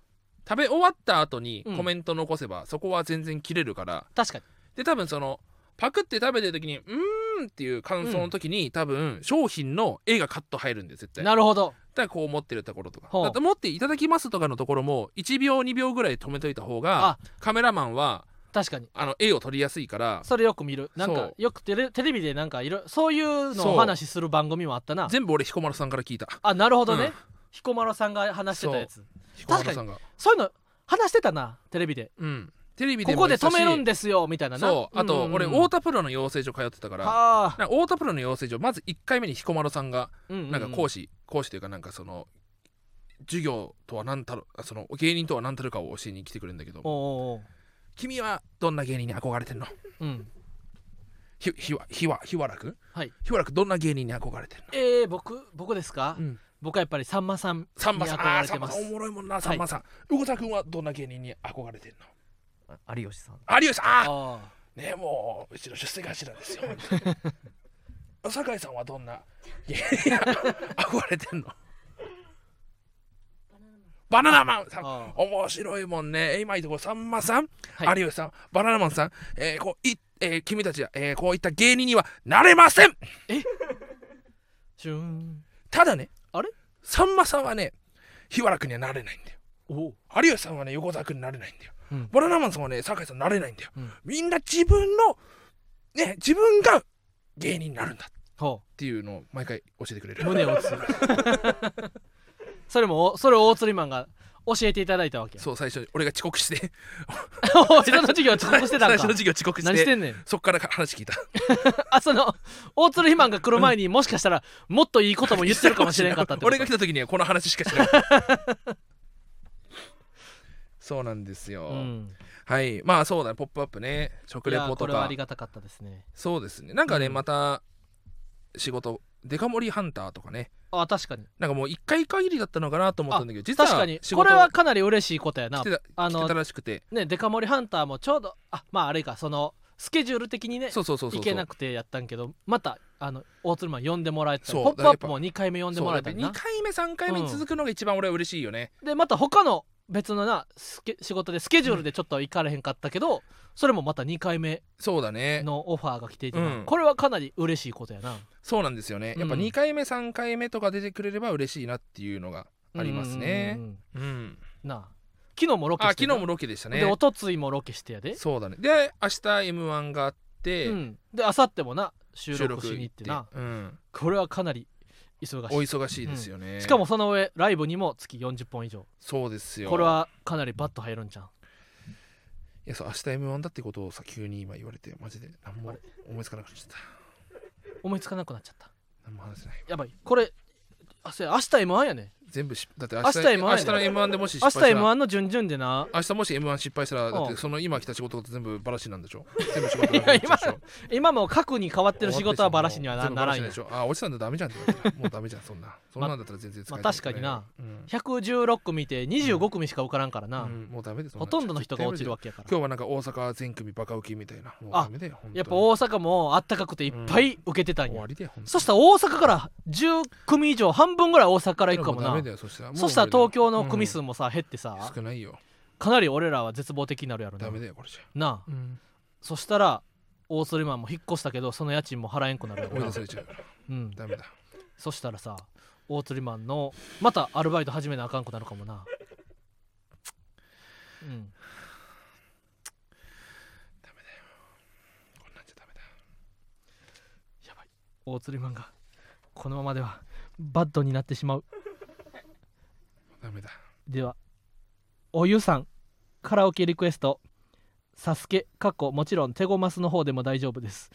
Speaker 2: 食べ終わった後に
Speaker 1: うん
Speaker 2: コメント残せば、そこは全然切れるから
Speaker 1: 確かに
Speaker 2: で多分そのパクって食べてる時に「うーん」っていう感想の時に、多分商品の絵がカット入るんで絶対だか
Speaker 1: なるほど
Speaker 2: らこう持ってるところとか
Speaker 1: ほう
Speaker 2: だって持っていただきますとかのところも1秒2秒ぐらい止めといた方が
Speaker 1: あ
Speaker 2: カメラマンは
Speaker 1: 確かに
Speaker 2: あの絵を撮りやすいから
Speaker 1: それよく見るなん
Speaker 2: そ
Speaker 1: か
Speaker 2: う
Speaker 1: よくテレテレビでなんかいろそういうの
Speaker 2: そ
Speaker 1: を
Speaker 2: う
Speaker 1: お話しする番組もあったな
Speaker 2: 全部俺彦摩呂さんから聞いた
Speaker 1: あなるほどね、
Speaker 2: うん
Speaker 1: 彦摩呂さんが話してたやつ
Speaker 2: 彦摩呂さんが
Speaker 1: そういうの話してたなテレビで
Speaker 2: うんテレビで
Speaker 1: こ
Speaker 2: も
Speaker 1: こで
Speaker 2: 言ってた
Speaker 1: 止
Speaker 2: し
Speaker 1: めるんですよみたいなな
Speaker 2: そうあと俺
Speaker 1: 田
Speaker 2: 太田プロの養成所通ってたから
Speaker 1: はあ
Speaker 2: なんか太田プロの養成所まず1回目に彦摩呂さんが
Speaker 1: な
Speaker 2: なんか講師、講師というかなんかその授業とは何たるあその芸人とは何たるかを教えに来てくれるんだけど
Speaker 1: おう
Speaker 2: 君はどんな芸人に憧れてんの
Speaker 1: おうおううん
Speaker 2: ひひわひわひわらくん
Speaker 1: はい
Speaker 2: ひわらくんどんな芸人に憧れてんの
Speaker 1: えー、僕僕ですか、
Speaker 2: うん
Speaker 1: 僕はやっぱりさんまさんに
Speaker 2: さんまさん
Speaker 1: 憧
Speaker 2: あー
Speaker 1: れ
Speaker 2: さ
Speaker 1: て
Speaker 2: んま
Speaker 1: ま
Speaker 2: さんお
Speaker 1: す
Speaker 2: もろいもんなさんまさんうごたくんはどんな芸人に憧れてんの
Speaker 1: 有吉さん
Speaker 2: 有吉さんあ
Speaker 1: ああ
Speaker 2: ーねもううちの出世頭ですよ 酒井さんはどんな芸人に憧れてんのバナナマンさん
Speaker 1: あ
Speaker 2: 面白いもんねえ今いいとこさんまさん、
Speaker 1: はい
Speaker 2: 有吉さんバナナマンさん、えーこういえー君たちは、えーこういった芸人にはなれません
Speaker 1: シューン
Speaker 2: ただね
Speaker 1: あれ
Speaker 2: さんまさんはね日原君にはなれないんだよ
Speaker 1: おう
Speaker 2: 有吉さんはね横澤君になれないんだよ、
Speaker 1: うん
Speaker 2: バナナマンさんはね酒井さんになれないんだよ、
Speaker 1: うん
Speaker 2: みんな自分のね自分が芸人になるんだっ
Speaker 1: ほ
Speaker 2: ていうのを毎回教えてくれ
Speaker 1: う
Speaker 2: る
Speaker 1: 胸を打つそれもそれを大釣りマンが教えていただいたわけや
Speaker 2: そう最初に俺が遅刻して
Speaker 1: おいその授業遅刻してたん
Speaker 2: 最
Speaker 1: か
Speaker 2: 初の授業遅刻して
Speaker 1: 何してんねん
Speaker 2: そっから話聞いた
Speaker 1: あその大鶴ひまんが来る前にもしかしたらもっといいことも言ってるかもしれんかったってこと
Speaker 2: 俺が来た時にはこの話しか しなかったそうなんですよ、
Speaker 1: うん、
Speaker 2: はいまあそうだね「ポップアップね食
Speaker 1: い
Speaker 2: レ
Speaker 1: や
Speaker 2: ポ
Speaker 1: ことれはあ
Speaker 2: か
Speaker 1: りがたかったですね
Speaker 2: そうですねなんかね、
Speaker 1: うん
Speaker 2: また仕事デカ盛りハンターとかね
Speaker 1: あ確かに
Speaker 2: なんかもう一回限りだったのかなと思ったんだけど実は
Speaker 1: 確かに
Speaker 2: 仕
Speaker 1: こ
Speaker 2: 事
Speaker 1: れはかなり嬉しいことや
Speaker 2: 来
Speaker 1: な
Speaker 2: てた
Speaker 1: あ
Speaker 2: 来てた
Speaker 1: の
Speaker 2: らしくて
Speaker 1: ねデカ盛りハンターもちょうどあまああれかそのスケジュール的にね
Speaker 2: そうそうそうそう
Speaker 1: 行けなくてやったんけどまたあの大鶴マン呼んでもらえてた「
Speaker 2: そう
Speaker 1: ポップアップ
Speaker 2: だからやっ
Speaker 1: も2回目呼んでもらえたり
Speaker 2: 2
Speaker 1: な
Speaker 2: 回目3回目に続くのが一番俺は嬉しいよね、
Speaker 1: でまた他の別のなスケ仕事でスケジュールでちょっと行かれへんかったけど、それもまた2回目
Speaker 2: そうだね
Speaker 1: のオファーが来ていてな、
Speaker 2: うん
Speaker 1: これはかなり嬉しいことやな
Speaker 2: そうなんですよねやっぱ
Speaker 1: うん
Speaker 2: 2回目3回目とか出てくれれば嬉しいなっていうのがありますね
Speaker 1: うんうんうんうん
Speaker 2: うん
Speaker 1: なあ昨日もロケ
Speaker 2: あ
Speaker 1: して
Speaker 2: 昨日
Speaker 1: な
Speaker 2: もロケでしたね
Speaker 1: でおとついもロケしてやで
Speaker 2: そうだねで明日 m 1があって、
Speaker 1: うんであさってもな収
Speaker 2: 収
Speaker 1: 録
Speaker 2: 録
Speaker 1: しに行ってな
Speaker 2: 行ってうん、
Speaker 1: これはかなり忙
Speaker 2: お
Speaker 1: しい
Speaker 2: 忙しいですよね、
Speaker 1: しかもその上ライブにも月40本以上
Speaker 2: そうですよ
Speaker 1: これはかなりバッと入るんじゃん
Speaker 2: いやそう明日 m 1だってことをさ急に今言われてマジで何も
Speaker 1: あれ
Speaker 2: 思いつかなくなっちゃった
Speaker 1: 思いつかなくなっちゃった
Speaker 2: 何も話せない
Speaker 1: やばいこれあそや明日 m 1やね
Speaker 2: 全部しだって明
Speaker 1: 明日 M1
Speaker 2: 明日の m 1でもし失
Speaker 1: 明
Speaker 2: 敗
Speaker 1: 日
Speaker 2: したら
Speaker 1: m 1の順々でな
Speaker 2: 明日もし m 1失敗したらだっ
Speaker 1: うん
Speaker 2: てその今来た仕事が全部バラシになんで しょ全部仕事がなくなっちゃうでしょ
Speaker 1: 今も核に変わってる仕事はバラシにはな
Speaker 2: 全部
Speaker 1: な
Speaker 2: バ
Speaker 1: ら
Speaker 2: ラ
Speaker 1: ん
Speaker 2: シ
Speaker 1: よ
Speaker 2: でしょあ落ちたんだダメじゃんって言われてもうダメじゃんそんなそんなんだったら全然使え
Speaker 1: まあ確かにな、
Speaker 2: うん
Speaker 1: 116組て25組しか受からんからな、
Speaker 2: うんもうダメです
Speaker 1: ほとんどの人が落ちるわ
Speaker 2: け
Speaker 1: けやから
Speaker 2: 今日はなんか大阪全組バカ受けみたいなもうダメだよ本当に
Speaker 1: やっぱ大阪もあったかくていっぱい受けてたん
Speaker 2: 終
Speaker 1: や
Speaker 2: わ、りだよ本当に
Speaker 1: そしたら大阪から10組以上半分ぐらい大阪から行くかも
Speaker 2: ダ
Speaker 1: な
Speaker 2: メだよそしたらもう
Speaker 1: そしたら東京の
Speaker 2: うん
Speaker 1: 組数もさ、減ってさ
Speaker 2: 少ないよ
Speaker 1: かなり俺らは絶望的になるやろな
Speaker 2: ダメだよこれじゃ
Speaker 1: なあそしたらオーストリマンも引っ越したけどその家賃も払えんくなるや
Speaker 2: 追
Speaker 1: ろ
Speaker 2: い出
Speaker 1: な
Speaker 2: さ、れちゃうから
Speaker 1: うん、
Speaker 2: ダメだ
Speaker 1: そしたらさ大釣りマンのまたアルバイト始めなあかんくなるかもなうん
Speaker 2: こんなんじゃダメだ
Speaker 1: やばい大釣りマンがこのままではバッドになってしまう
Speaker 2: ダメだ
Speaker 1: ではおゆさんカラオケリクエスト「サスケかっこもちろん手ごますの方でも大丈夫です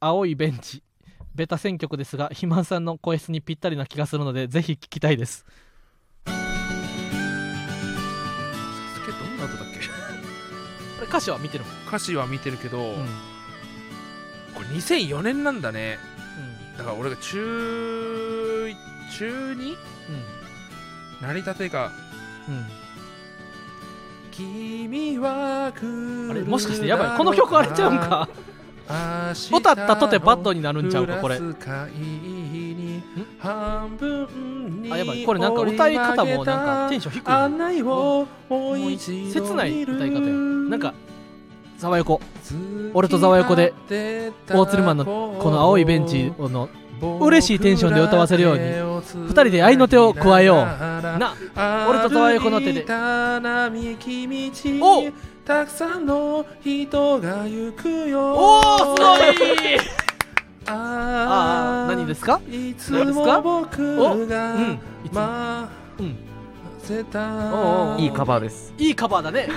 Speaker 1: 青いベンチベタ選曲ですが肥満さんの声質にぴったりな気がするのでぜひ聞きたいです
Speaker 2: サスケどんな音だっけ
Speaker 1: これ歌詞は見てるもん、
Speaker 2: 歌詞は見てるけど、
Speaker 1: うん
Speaker 2: これ2004年なんだね
Speaker 1: うん
Speaker 2: だから俺が中中 2? 成り立てが
Speaker 1: うんうん
Speaker 2: 「君は来る
Speaker 1: あれもしかしてやばいこの曲あれちゃうんか歌ったとてバッドになるんちゃうかこれ
Speaker 2: 半分に
Speaker 1: あやばいこれなんか歌い方もなんかテンション低いな
Speaker 2: 案内をもう一度
Speaker 1: 切ない歌い方や
Speaker 2: な
Speaker 1: なんかざわよこ俺とざわよこで大鶴マンのこの青いベンチの嬉しいテンションで歌わせるように二
Speaker 2: 二
Speaker 1: 人で愛の手を加えような
Speaker 2: 俺
Speaker 1: 俺とざわよこの手でおう
Speaker 2: たくさんの人が行くよ
Speaker 1: おおすごいあ
Speaker 2: あ
Speaker 1: あ何ですすか
Speaker 2: いつ
Speaker 1: 何ですか
Speaker 2: も僕が
Speaker 1: うんいつも
Speaker 2: ま
Speaker 1: うん
Speaker 2: せ
Speaker 1: おうお
Speaker 2: た
Speaker 1: う
Speaker 3: いいカバーです
Speaker 1: いいカバーだね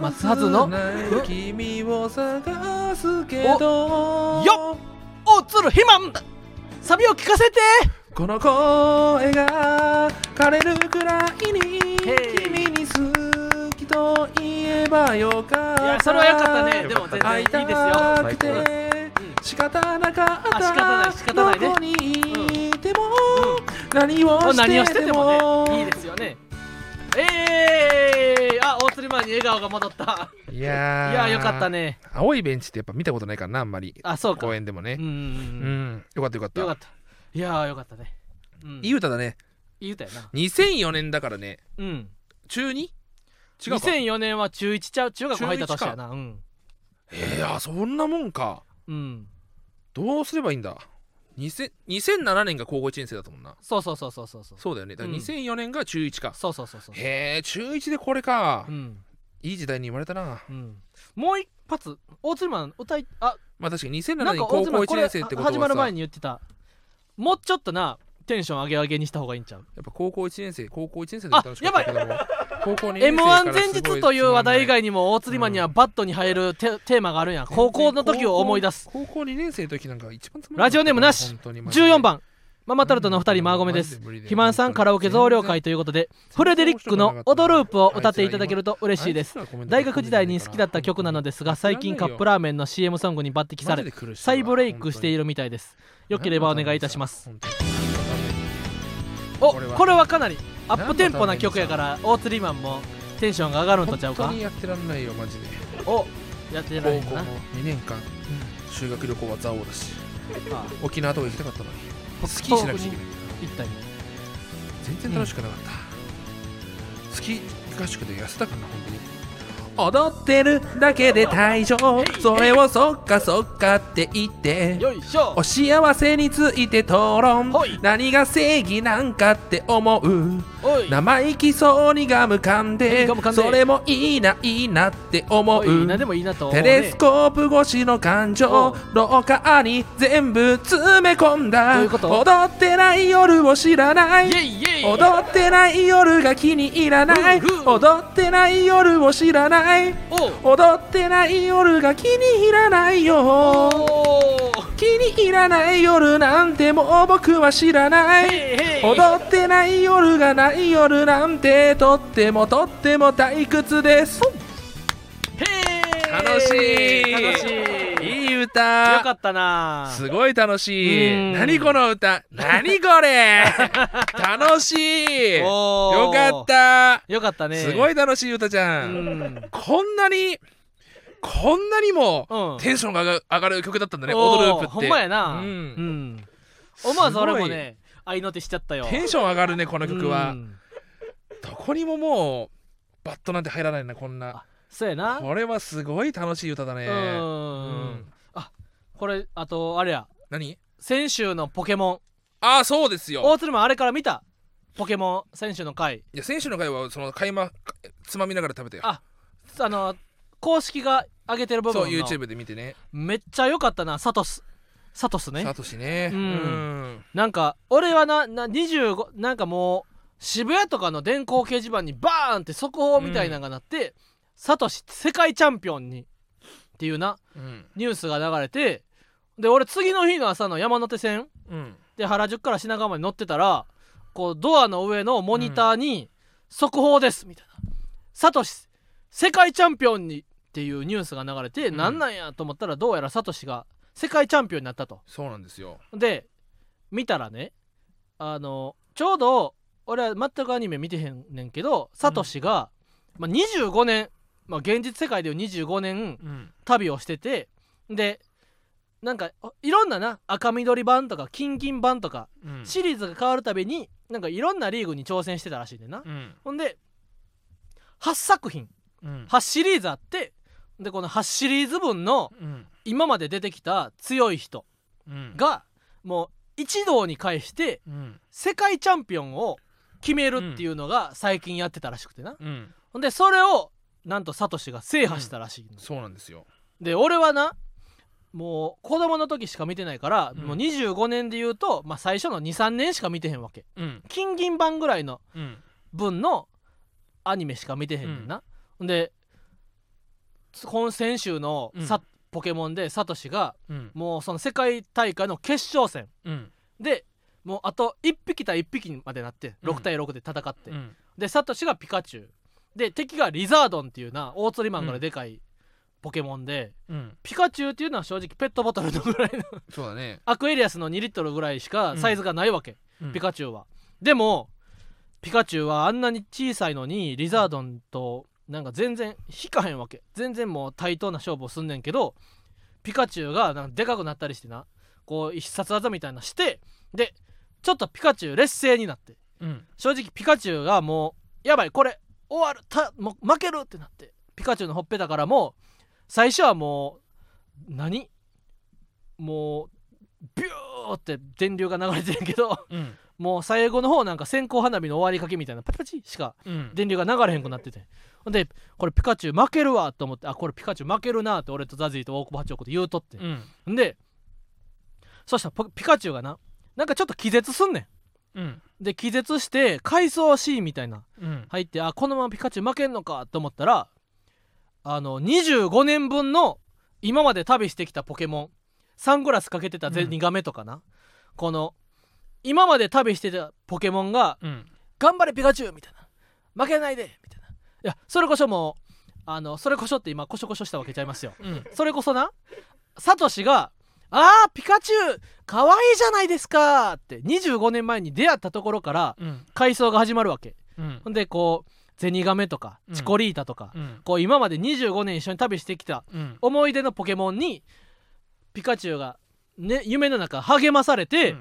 Speaker 1: 松葉津の
Speaker 2: うん君を探すけど
Speaker 1: およおつるひまんサビを聞かせて
Speaker 2: この声が枯れるくらいに
Speaker 1: Hey
Speaker 2: 君に好きと言えばよかった
Speaker 1: いやそれはよかったね
Speaker 3: よ
Speaker 1: で
Speaker 3: か
Speaker 1: も
Speaker 3: った
Speaker 1: 全
Speaker 3: ね
Speaker 1: 然い
Speaker 2: 会
Speaker 1: い
Speaker 2: いた
Speaker 1: ですよ
Speaker 2: くて
Speaker 3: 最高
Speaker 2: 仕方なかっ
Speaker 1: あ仕方ない
Speaker 2: た
Speaker 1: 仕方ないね
Speaker 2: どこにいても何を
Speaker 1: もう何をし
Speaker 2: し
Speaker 1: て
Speaker 2: て
Speaker 1: て
Speaker 2: て
Speaker 1: も
Speaker 2: も
Speaker 1: ねいいですよねえー、あ大釣りマンに笑顔が戻った
Speaker 2: いや
Speaker 1: いやよかったね
Speaker 2: 青いベンチってやっぱ見たことないからなあんまり
Speaker 1: あそうか
Speaker 2: 公園でもね
Speaker 1: うんうん
Speaker 2: う
Speaker 1: うん
Speaker 2: んよかったよかった
Speaker 1: よかったいやーよかったね、うん、
Speaker 2: いい歌だね
Speaker 1: いい歌やな
Speaker 2: 2004年だからね
Speaker 1: うん
Speaker 2: 中 2? 違うか
Speaker 1: 2004年は中1ちゃう中学校入った年やなうん
Speaker 2: いやそんなもんか
Speaker 1: うん
Speaker 2: どうすればいいんだ2000 2007年が高校1年生だと思うな
Speaker 1: そうそうそうそうそうそう
Speaker 2: そうだよねだから
Speaker 1: うん
Speaker 2: 2004年が中1か、
Speaker 1: そうそうそうそう
Speaker 2: へえ中1でこれか、
Speaker 1: うん
Speaker 2: いい時代に生まれたな
Speaker 1: うんもう一発大鶴マン歌いあ
Speaker 2: まあ確かに2007
Speaker 1: なん
Speaker 2: 年に
Speaker 1: か
Speaker 2: 高
Speaker 1: 大
Speaker 2: 校
Speaker 1: 鶴マン
Speaker 2: 1
Speaker 1: これ
Speaker 2: 年生ってことはさ
Speaker 1: 始まる前に言ってたもうちょっとなテンション上げ上げにした方がいいんちゃう
Speaker 2: やっぱ高校1年生高校1年生で楽しかったけども高校2
Speaker 1: m
Speaker 2: 年生から
Speaker 1: 1前
Speaker 2: すご
Speaker 1: 日
Speaker 2: い
Speaker 1: という話題以外にも大釣りマンにはバットに入るテテーマがあるんや高校の時を思い出す
Speaker 2: 高校2年生の時なんか一番つまん
Speaker 1: ラジオネームなし14番ママタルトの2人マーゴメです肥満さんカラオケ増量会ということでフレデリックの「オドループ」を歌っていただけると嬉しいです大学時代に好きだった曲なのですが最近カップラーメンの CM ソングに抜擢され再ブレイクしてい
Speaker 2: る
Speaker 1: るみたいですよければお願いいたしますお
Speaker 2: 本当に
Speaker 1: これはかなりアップテンポな曲やから大釣りマンもテンションが上がるんと
Speaker 2: 本
Speaker 1: ちゃう
Speaker 2: 当
Speaker 1: か
Speaker 2: にやってらんないよマジで
Speaker 1: おやって
Speaker 2: 高
Speaker 1: ない
Speaker 2: 校
Speaker 1: かな
Speaker 2: 2年間修学旅行は蔵王だし
Speaker 1: あ
Speaker 2: 沖縄とか行きたかったのにスキーしなくちゃいけない
Speaker 1: 一体ね
Speaker 2: 全然楽しくなかった、スキー合宿で痩せたかな本当に踊ってるだけで大丈夫それをそっかそっかって言って
Speaker 1: よいしょ
Speaker 2: お幸せについて討論
Speaker 1: ほい
Speaker 2: 何が正義なんかって思う
Speaker 1: おい
Speaker 2: 生意気そうにガム噛んで
Speaker 1: ガム噛んで
Speaker 2: それもいいないいなって思
Speaker 1: お
Speaker 2: う
Speaker 1: い何でもいいなと思う
Speaker 2: テ
Speaker 1: ね
Speaker 2: レスコープ越しの感
Speaker 1: おう
Speaker 2: 情廊下に全部詰め込ん
Speaker 1: どう
Speaker 2: だ
Speaker 1: いうこと
Speaker 2: 踊ってない夜を知らない
Speaker 1: イエイイエイ
Speaker 2: 踊ってない夜が気に入らない
Speaker 1: うんうん
Speaker 2: 踊ってない夜を知らない
Speaker 1: おう
Speaker 2: 踊ってない夜が気に入らないよ
Speaker 1: おー
Speaker 2: 気に入らない夜なんてもう僕は知らない
Speaker 1: へいへい
Speaker 2: 踊ってない夜がない夜なんてとってもとっても退屈です
Speaker 1: へい
Speaker 2: 楽しい
Speaker 1: 楽しいよ
Speaker 2: いい歌
Speaker 1: かったな
Speaker 2: すごい楽し
Speaker 1: う
Speaker 2: い
Speaker 1: ん
Speaker 2: 何この歌何 これ楽しいよ
Speaker 1: おー
Speaker 2: かった
Speaker 1: よかったね
Speaker 2: すご
Speaker 1: い
Speaker 2: い楽しい歌じゃ
Speaker 1: うんん
Speaker 2: こんなにこんなにも
Speaker 1: うん
Speaker 2: テンションが上が上がる曲だったんだね「
Speaker 1: お
Speaker 2: オ
Speaker 1: ー
Speaker 2: ドループ」って
Speaker 1: ほんまやな
Speaker 2: うん
Speaker 1: うん思わず俺も
Speaker 2: すご
Speaker 1: ね愛の手しちゃったよ
Speaker 2: いテンション上がるねこの曲は、
Speaker 1: うん
Speaker 2: どこにももうバットなんて入らないなこんな
Speaker 1: あそうやな
Speaker 2: これはすごい楽しい歌だね
Speaker 1: うん
Speaker 2: うん
Speaker 1: これあとあれや
Speaker 2: 何
Speaker 1: 先週のポケモン
Speaker 2: ああそうですよ
Speaker 1: 大鶴もあれから見たポケモン先週の回
Speaker 2: いや選手の会はその買い、ま、つまみながら食べてよ
Speaker 1: ああの公式が上げてる部
Speaker 2: そう
Speaker 1: 分の
Speaker 2: YouTube で見てね
Speaker 1: めっちゃ良かったなサトスサトスね
Speaker 2: サトシね
Speaker 1: う
Speaker 2: うんん
Speaker 1: なんか俺はなな25なんかもう渋谷とかの電光掲示板にバーンって速報みたいなのがなって、サトシ世界チャンピオンにっていうな
Speaker 2: うん
Speaker 1: ニュースが流れてで俺次の日の朝の山手線
Speaker 2: うん
Speaker 1: で原宿から品川まで乗ってたらこうドアの上のモニターに「速報です」みたいな「サトシ世界チャンピオンに」っていうニュースが流れて、
Speaker 2: うん
Speaker 1: なんなんやと思ったらどうやらサトシが世界チャンピオンになったと。
Speaker 2: そうなんですよ
Speaker 1: で見たらねあのちょうど俺は全くアニメ見てへんねんけどサトシが、まあ、25年、まあ、現実世界では25年
Speaker 2: うん
Speaker 1: 旅をしててでなんかいろんなな赤緑版とか金銀版とか
Speaker 2: うん
Speaker 1: シリーズが変わるたびになんかいろんなリーグに挑戦してたらしいねんな、
Speaker 2: うん
Speaker 1: ほんで8作品
Speaker 2: うん
Speaker 1: 8シリーズあってでこの8シリーズ分の
Speaker 2: うん
Speaker 1: 今まで出てきた強い人
Speaker 2: うん
Speaker 1: がもう一堂に会して
Speaker 2: うん
Speaker 1: 世界チャンピオンを決めるっていうのが最近やってたらしくてな、
Speaker 2: うん
Speaker 1: ほんでそれをなんとサトシが制覇したらしいの、
Speaker 2: そうなんですよ
Speaker 1: で俺はなもう子供の時しか見てないから、
Speaker 2: うん
Speaker 1: もう25年で言うと、まあ、最初の23年しか見てへんわけ
Speaker 2: うん
Speaker 1: 金銀版ぐらいの
Speaker 2: うん
Speaker 1: 分のアニメしか見てへんねんな、で今先週のさ、
Speaker 2: うん
Speaker 1: ポケモンでサトシが
Speaker 2: うん
Speaker 1: もうその世界大会の決勝戦
Speaker 2: うん
Speaker 1: でもうあと1匹対1匹までなって
Speaker 2: うん
Speaker 1: 6対6で戦って、
Speaker 2: うん
Speaker 1: でサトシがピカチュウで敵がリザードンっていうな大釣りマンからでかいポケモンで、
Speaker 2: うん
Speaker 1: ピカチュウっていうのは正直ペットボトルのぐらいの
Speaker 2: そうだね
Speaker 1: アクエリアスの2リットルぐらいしかサイズがないわけ、
Speaker 2: うん
Speaker 1: ピカチュウはでもピカチュウはあんなに小さいのにリザードンとなんか全然引かへんわけ全然もう対等な勝負をすんねんけどピカチュウがなんかでかくなったりしてなこう必殺技みたいなしてでちょっとピカチュウ劣勢になって
Speaker 2: うん
Speaker 1: 正直ピカチュウがもうやばいこれ終わるたもう負けるってなってピカチュウのほっぺたからもう最初はもう何もうビューって電流が流れてるけど
Speaker 2: うん
Speaker 1: もう最後の方なんか線香花火の終わりかけみたいなパチパチしか
Speaker 2: うん
Speaker 1: 電流が流れへんくなっててほんでこれピカチュウ負けるわと思ってあこれピカチュウ負けるなって俺とザジーと大久保八億と言うとって
Speaker 2: うん
Speaker 1: んでそしたらポピカチュウがななんかちょっと気絶すんねん
Speaker 2: うん
Speaker 1: で気絶して回想シーンみたいな
Speaker 2: うん
Speaker 1: 入ってあこのままピカチュウ負けんのかと思ったらあの25年分の今まで旅してきたポケモンサングラスかけてたゼニガメとかな、この今まで旅してたポケモンが
Speaker 2: うん
Speaker 1: 「頑張れピカチュウ」みたいな「負けないで」みたいないやそれこそもうあのそれこそって今こしょこしょしたわけちゃいますよ
Speaker 2: うん
Speaker 1: それこそなサトシが「あーピカチュウ可愛いじゃないですか」って25年前に出会ったところから
Speaker 2: うん
Speaker 1: 回想が始まるわけ
Speaker 2: うん
Speaker 1: ほんでこうゼニガメとか
Speaker 2: うん
Speaker 1: チコリータとか、
Speaker 2: うん
Speaker 1: こう今まで25年一緒に旅してきた
Speaker 2: うん
Speaker 1: 思い出のポケモンにピカチュウが、ね、夢の中励まされて、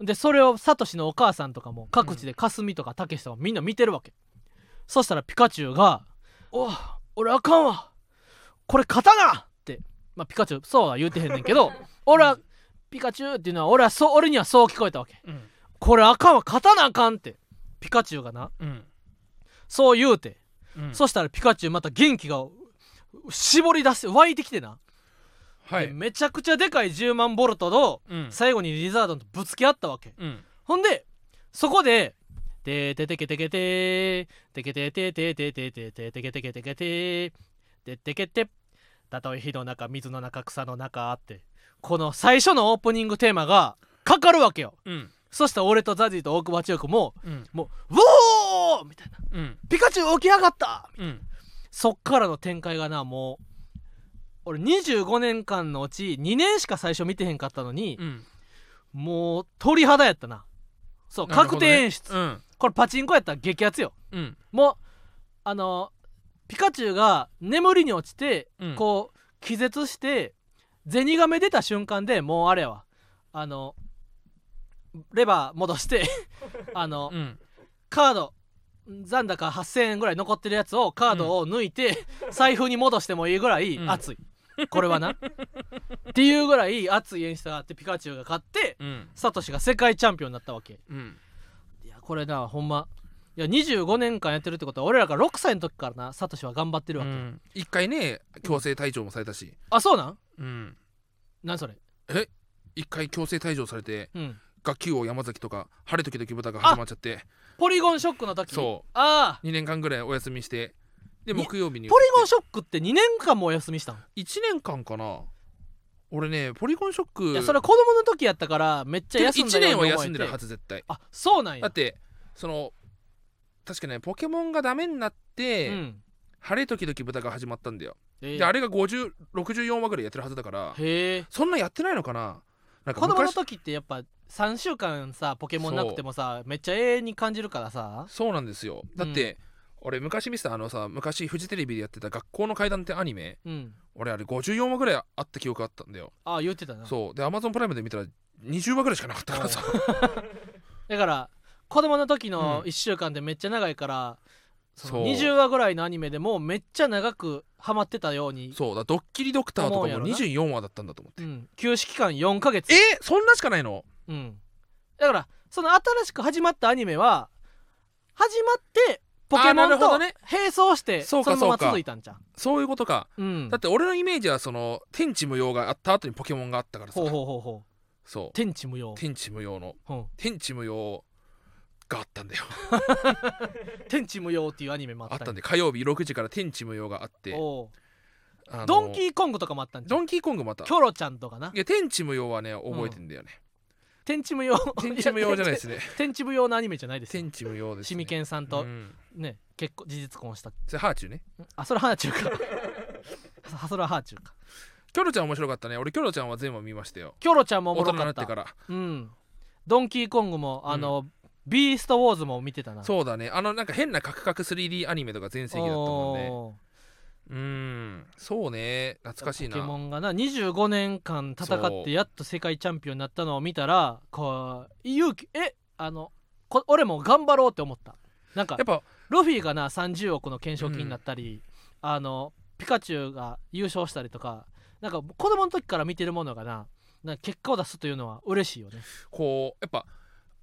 Speaker 1: でそれをサトシのお母さんとかも各地でかすみとかたけしとかみんな見てるわけ、そしたらピカチュウが「おう俺あかんわこれ刀!」って、まあ、ピカチュウそうは 言うてへんねんけど俺はピカチュウっていうのは俺はそう俺にはそう聞こえたわけ
Speaker 2: うん
Speaker 1: これあかんわ刀あかんってピカチュウがな
Speaker 2: うん
Speaker 1: そう言うて
Speaker 2: うん
Speaker 1: そしたらピカチュウまた元気が絞り出して湧いてきてな、
Speaker 2: は
Speaker 1: で
Speaker 2: い
Speaker 1: めちゃくちゃでかい10万ボルトの
Speaker 2: うん
Speaker 1: 最後にリザードンとぶつけ合ったわけ
Speaker 2: うん
Speaker 1: ほんでそこで「てーててけてけてーてけててててててててけてけてけてーてってけてたとえ火の中水の中草の中」ってこの最初のオープニングテーマがかかるわけよ
Speaker 2: うん
Speaker 1: そしたら俺とザジーと大久保千代子も
Speaker 2: うん
Speaker 1: もう「ウォー!」みたいな
Speaker 2: うん
Speaker 1: 「ピカチュウ起き上がった!」
Speaker 2: うん
Speaker 1: そっからの展開がなもう俺25年間のうち2年しか最初見てへんかったのに、
Speaker 2: うん
Speaker 1: もう鳥肌やったなそう
Speaker 2: なるほ
Speaker 1: 確
Speaker 2: ど
Speaker 1: 定
Speaker 2: ね
Speaker 1: 演出、
Speaker 2: うん
Speaker 1: これパチンコやったら激アツよ
Speaker 2: うん
Speaker 1: もうあのピカチュウが眠りに落ちて、
Speaker 2: うん
Speaker 1: こう気絶してゼニガメ出た瞬間でもうあれやわあのレバー戻して あの
Speaker 2: うん
Speaker 1: カード残高8000円ぐらい残ってるやつをカードを抜いて、財布に戻してもいいぐらい
Speaker 2: うん
Speaker 1: 熱い、これはなってっていうぐらい熱い演出があってピカチュウが勝って
Speaker 2: うん
Speaker 1: サトシが世界チャンピオンになったわけ
Speaker 2: うん
Speaker 1: いやこれなほんまいや25年間やってるってことは俺らが6歳の時からなサトシは頑張ってるわけ、
Speaker 2: うん一回ね強制退場もされたし
Speaker 1: あそうなん
Speaker 2: うん
Speaker 1: なんそれ
Speaker 2: 一回強制退場されて
Speaker 1: うん
Speaker 2: 学級王山崎とか晴れ時々豚が始まっちゃって
Speaker 1: ポリゴンショックの時
Speaker 2: そ
Speaker 1: ああ
Speaker 2: う2年間ぐらいお休みしてで
Speaker 1: に
Speaker 2: 木曜日に
Speaker 1: ポリゴンショックって2年間もお休みしたん
Speaker 2: 1年間かな俺ねポリゴンショック
Speaker 1: いやそれは子供の時やったからめっちゃ休んだよ
Speaker 2: 1年
Speaker 1: う
Speaker 2: は
Speaker 1: に思え
Speaker 2: 休んでるはず絶対
Speaker 1: あそうなんや
Speaker 2: だってその確かねポケモンがダメになって、
Speaker 1: うん
Speaker 2: 晴れ時々豚が始まったんだよ、
Speaker 1: えー
Speaker 2: であれが50 64話ぐらいやってるはずだから
Speaker 1: へえ
Speaker 2: そんなやってないのかななんか
Speaker 1: 子供の
Speaker 2: 昔
Speaker 1: 時ってやっぱ3週間さポケモンなくてもさめっちゃ永遠に感じるからさ
Speaker 2: そうなんですよだって、俺昔見てたあのさ昔フジテレビでやってた「学校の階段」ってアニメ
Speaker 1: うん
Speaker 2: 俺あれ54話ぐらいあった記憶あったんだよ
Speaker 1: ああ言ってたな
Speaker 2: そうでアマゾンプライムで見たら20話ぐらいしかなかったからさ
Speaker 1: だから子供の時の
Speaker 2: うん
Speaker 1: 1週間でめっちゃ長いから、その
Speaker 2: そう
Speaker 1: 20話ぐらいのアニメでもうめっちゃ長くハマってたように
Speaker 2: そうだドッキリドクターと
Speaker 1: 思
Speaker 2: か
Speaker 1: うんやろ
Speaker 2: も
Speaker 1: な
Speaker 2: 24話だったんだと思って、
Speaker 1: うん、休止期間4ヶ月
Speaker 2: えそんなしかないの
Speaker 1: うん、だからその新しく始まったアニメは始まってポケモ
Speaker 2: あーなる
Speaker 1: ン
Speaker 2: ほ
Speaker 1: と
Speaker 2: どね
Speaker 1: 並走してそ
Speaker 2: そ
Speaker 1: う
Speaker 2: か
Speaker 1: のまま
Speaker 2: そうか
Speaker 1: 続いたんじゃん
Speaker 2: そういうことか
Speaker 1: うん
Speaker 2: だって俺のイメージはその天地無用があった後にポケモンがあったからさ
Speaker 1: ほうほうほうほう
Speaker 2: そう
Speaker 1: 天地無用
Speaker 2: 天地無用の
Speaker 1: うん
Speaker 2: 天地無用があったんだよ
Speaker 1: 天地無用っていうアニ メもあっ
Speaker 2: あ
Speaker 1: た
Speaker 2: ったん
Speaker 1: で
Speaker 2: で火曜日6時から天地無用があって
Speaker 1: おう
Speaker 2: あの
Speaker 1: ドンキーコングとかもあったんじゃん
Speaker 2: ドンキーコングまたい
Speaker 1: キョロちゃんとかな
Speaker 2: や天地無用はね覚えてんだよね、
Speaker 1: 天地無用
Speaker 2: 天地無用じゃないです
Speaker 1: や
Speaker 2: ね
Speaker 1: 天地 天地無用のアニメじゃないですよ
Speaker 2: 天地無用です、ね、
Speaker 1: シミケンさん
Speaker 2: う
Speaker 1: と
Speaker 2: ん
Speaker 1: ね結構事実婚した
Speaker 2: それハーチューね
Speaker 1: あそれハーチューか ハそれはハーチューか
Speaker 2: キョロちゃん面白かったね俺キョロちゃんは全部見ましたよ
Speaker 1: キョロちゃんもお
Speaker 2: 大
Speaker 1: も
Speaker 2: 人
Speaker 1: ろ
Speaker 2: に
Speaker 1: か
Speaker 2: な
Speaker 1: っ
Speaker 2: って
Speaker 1: た
Speaker 2: から
Speaker 1: うんドンキーコングもあの、ビーストウォーズも見てたな
Speaker 2: そうだねあのなんか変なカクカク 3D アニメとか全盛期だったもんね
Speaker 1: おー
Speaker 2: うんそうね懐かしいな
Speaker 1: ポケモンがな25年間戦
Speaker 2: そ
Speaker 1: っ
Speaker 2: う
Speaker 1: てやっと世界チャンピオンになったのを見たらこう勇気えあのこ俺も頑張ろうって思ったなんか
Speaker 2: やっぱ
Speaker 1: ルフィがな30億の懸賞金になったり、あのピカチュウが優勝したりとかなんか子供の時から見てるものがななんか結果を出すというのは嬉しいよね
Speaker 2: こうやっぱ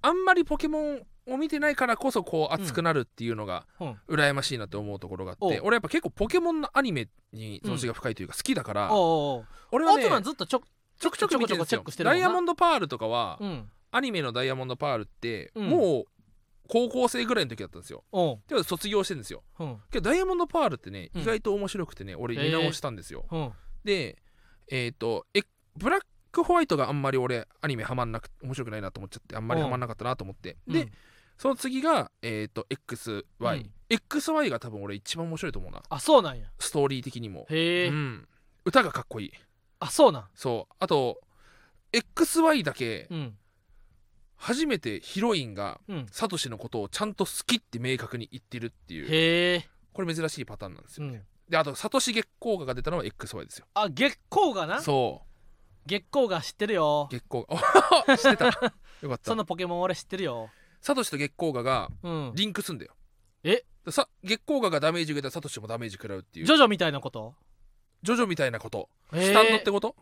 Speaker 2: あんまりポケモンを見てないからこそこう熱くなるっていうのが
Speaker 1: うん
Speaker 2: 羨ましいなと思うところがあって、
Speaker 1: おう
Speaker 2: 俺やっぱ結構ポケモンのアニメにその字が深いというか好きだから、
Speaker 1: おうおうおう
Speaker 2: 俺は
Speaker 1: 大
Speaker 2: ね
Speaker 1: 人ずっとちょ
Speaker 2: ちょくちょく見てるんです
Speaker 1: チェ
Speaker 2: よ
Speaker 1: ックしてるも
Speaker 2: ダ
Speaker 1: ん
Speaker 2: イ
Speaker 1: な
Speaker 2: ヤモンドパールとかは、
Speaker 1: うん
Speaker 2: アニメのダイヤモンドパールって、
Speaker 1: うん
Speaker 2: もう高校生ぐらいの時だったんですよ
Speaker 1: おう
Speaker 2: でも卒業してるんですよ
Speaker 1: うん
Speaker 2: けどダイヤモンドパールってね
Speaker 1: うん
Speaker 2: 意外と面白くてね、俺
Speaker 1: へえ
Speaker 2: 見直したんですよ、
Speaker 1: うん
Speaker 2: でえっ、とえブラックホワイトがあんまり俺アニメハマんなく面白くないなと思っちゃってあんまりハマんなかったなと思って、で、
Speaker 1: うん
Speaker 2: その次が、えっ、と、XY、
Speaker 1: うん
Speaker 2: XY が多分俺一番面白いと思うな。
Speaker 1: あそうなんや
Speaker 2: ストーリー的にも。
Speaker 1: へえ、
Speaker 2: うん。歌がかっこいい。
Speaker 1: あそうなん
Speaker 2: そう。あと、XY だけ、
Speaker 1: うん
Speaker 2: 初めてヒロインが、
Speaker 1: うん
Speaker 2: サトシのことをちゃんと好きって明確に言ってるっていう、
Speaker 1: へえ、
Speaker 2: これ珍しいパターンなんです
Speaker 1: う
Speaker 2: よ。
Speaker 1: ん、
Speaker 2: で、あと、サトシ月光がが出たのは XY ですよ。
Speaker 1: あ月光がな
Speaker 2: そう。
Speaker 1: 月光が知ってるよ
Speaker 2: 月光が。 知ってた。よかっ
Speaker 1: そ
Speaker 2: た。
Speaker 1: のポケモン俺知ってるよ
Speaker 2: サトシと月光がが
Speaker 1: うんジ
Speaker 2: リンクすんだよ。
Speaker 1: え
Speaker 2: でさ月光ががダメージ受けたらサトシもダメージ食らうっていう。
Speaker 1: ョジョみたいなこと
Speaker 2: ジョジョみたいなこと。
Speaker 1: へえ
Speaker 2: スタンドってこと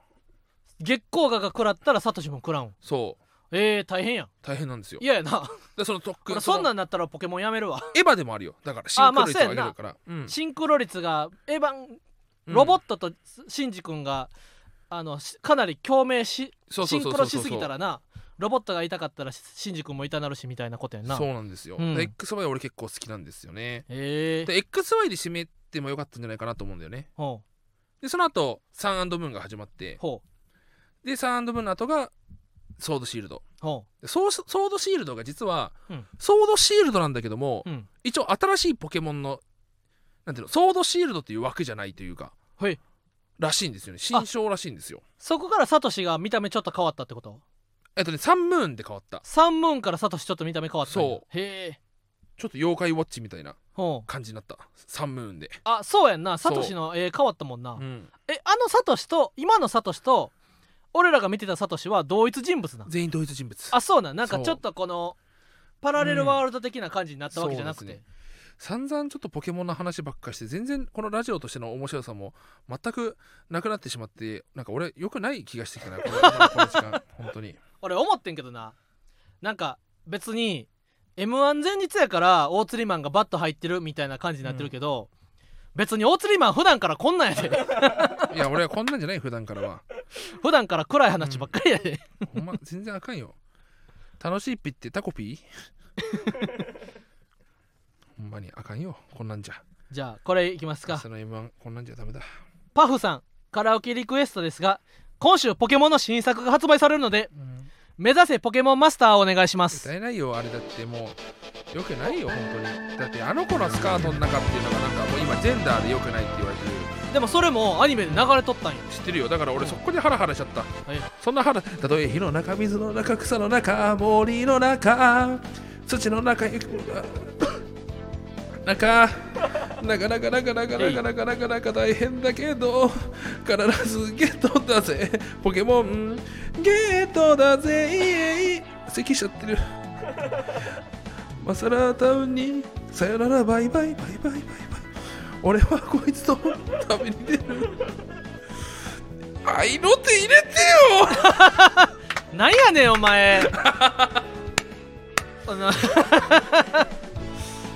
Speaker 1: 月光がが食らったらサトシも食らうん
Speaker 2: そう
Speaker 1: えー、大変やん
Speaker 2: 大変なんですよ
Speaker 1: 嫌やな
Speaker 2: でその特
Speaker 1: 俺
Speaker 2: 訓
Speaker 1: そんな
Speaker 2: の
Speaker 1: んなったらポケモンやめるわ
Speaker 2: エヴァでもあるよだからシンクロ率
Speaker 1: まあ
Speaker 2: を上げるから、うん
Speaker 1: シンクロ率がエヴァン
Speaker 2: うん
Speaker 1: ロボットとシンジ君があのしかなり共鳴し
Speaker 2: そう
Speaker 1: シ
Speaker 2: そう
Speaker 1: ン
Speaker 2: そう
Speaker 1: ク
Speaker 2: そ
Speaker 1: ロ
Speaker 2: う
Speaker 1: しすぎたらなロボットが痛かったらしシンジ君も痛なるしみたいなことやんな
Speaker 2: そうなんですよ、
Speaker 1: うん
Speaker 2: XY 俺結構好きなんですよね
Speaker 1: へえ
Speaker 2: で XY で締めてもよかったんじゃないかなと思うんだよね
Speaker 1: ほ
Speaker 2: でその後サンムーンが始まっ
Speaker 1: う
Speaker 2: て
Speaker 1: ほう
Speaker 2: でサンムーンの後がソードシールド
Speaker 1: ほ
Speaker 2: でソーソードシールドが実は、
Speaker 1: うん
Speaker 2: ソードシールドなんだけども、
Speaker 1: ううん
Speaker 2: 一応新しいポケモンのなんていうのソードシールドっていう枠じゃないというか
Speaker 1: はい
Speaker 2: らしいんですよね新章らしいんですよ
Speaker 1: そこからサトシが見た目ちょっと変わったってこと
Speaker 2: えっとねサンムーンで変わった
Speaker 1: サンムーンからサトシちょっと見た目変わったんや
Speaker 2: そ
Speaker 1: へえ
Speaker 2: ちょっと妖怪ウォッチみたいな
Speaker 1: ほう
Speaker 2: 感じになったサンムーンで、
Speaker 1: あそうやんなサトシのえー変わったもんな、
Speaker 2: うん
Speaker 1: えあのサトシと今のサトシと俺らが見てたサトシは同一人物なん
Speaker 2: 全員同一人物
Speaker 1: あそうなんなんか
Speaker 2: そう
Speaker 1: ちょっとこのパラレルワールド的な感じになったわけじゃなくて、
Speaker 2: そうで散々ちょっとポケモンの話ばっかして全然このラジオとしての面白さも全くなくなってしまってなんか俺良くない気がしてきたなこのこの 時間本当に
Speaker 1: 俺思ってんけどななんか別に m 1前日やから大釣りマンがバッと入ってるみたいな感じになってるけど、別に大釣りマン普段からこんなんやで
Speaker 2: いや俺はこんなんじゃない普段からは
Speaker 1: 普段から暗い話ばっかりやで、
Speaker 2: ほんま全然あかんよ楽しいピってタコ ピーほんまにあかんよこんなんじゃ
Speaker 1: じゃあこれいきます
Speaker 2: 明
Speaker 1: か
Speaker 2: 日の M1 こんなんじゃダメだ
Speaker 1: パフさんカラオケリクエストですが今週ポケモンの新作が発売されるので目指せポケモンマスターをお願いします
Speaker 2: 歌えないよあれだってもうよくないよ本当にだってあの子のスカートの中っていうのがなんかもう今ジェンダーでよくないって言われてる
Speaker 1: でもそれもアニメで流れとったんよ
Speaker 2: 知ってるよだから俺そこでハラハラしちゃった、
Speaker 1: い
Speaker 2: そんなハラたとえ火の中水の中草の中森の中土の中 雪の中なかなかなかなかなかなかなかなか大変だけど必ずゲットだぜポケモンゲットだぜイエイ咳しちゃってるマサラタウンにさよならバイバイバイバイバイバイ俺はこいつと旅に出る愛の手入れてよ
Speaker 1: なんやねんお 前あの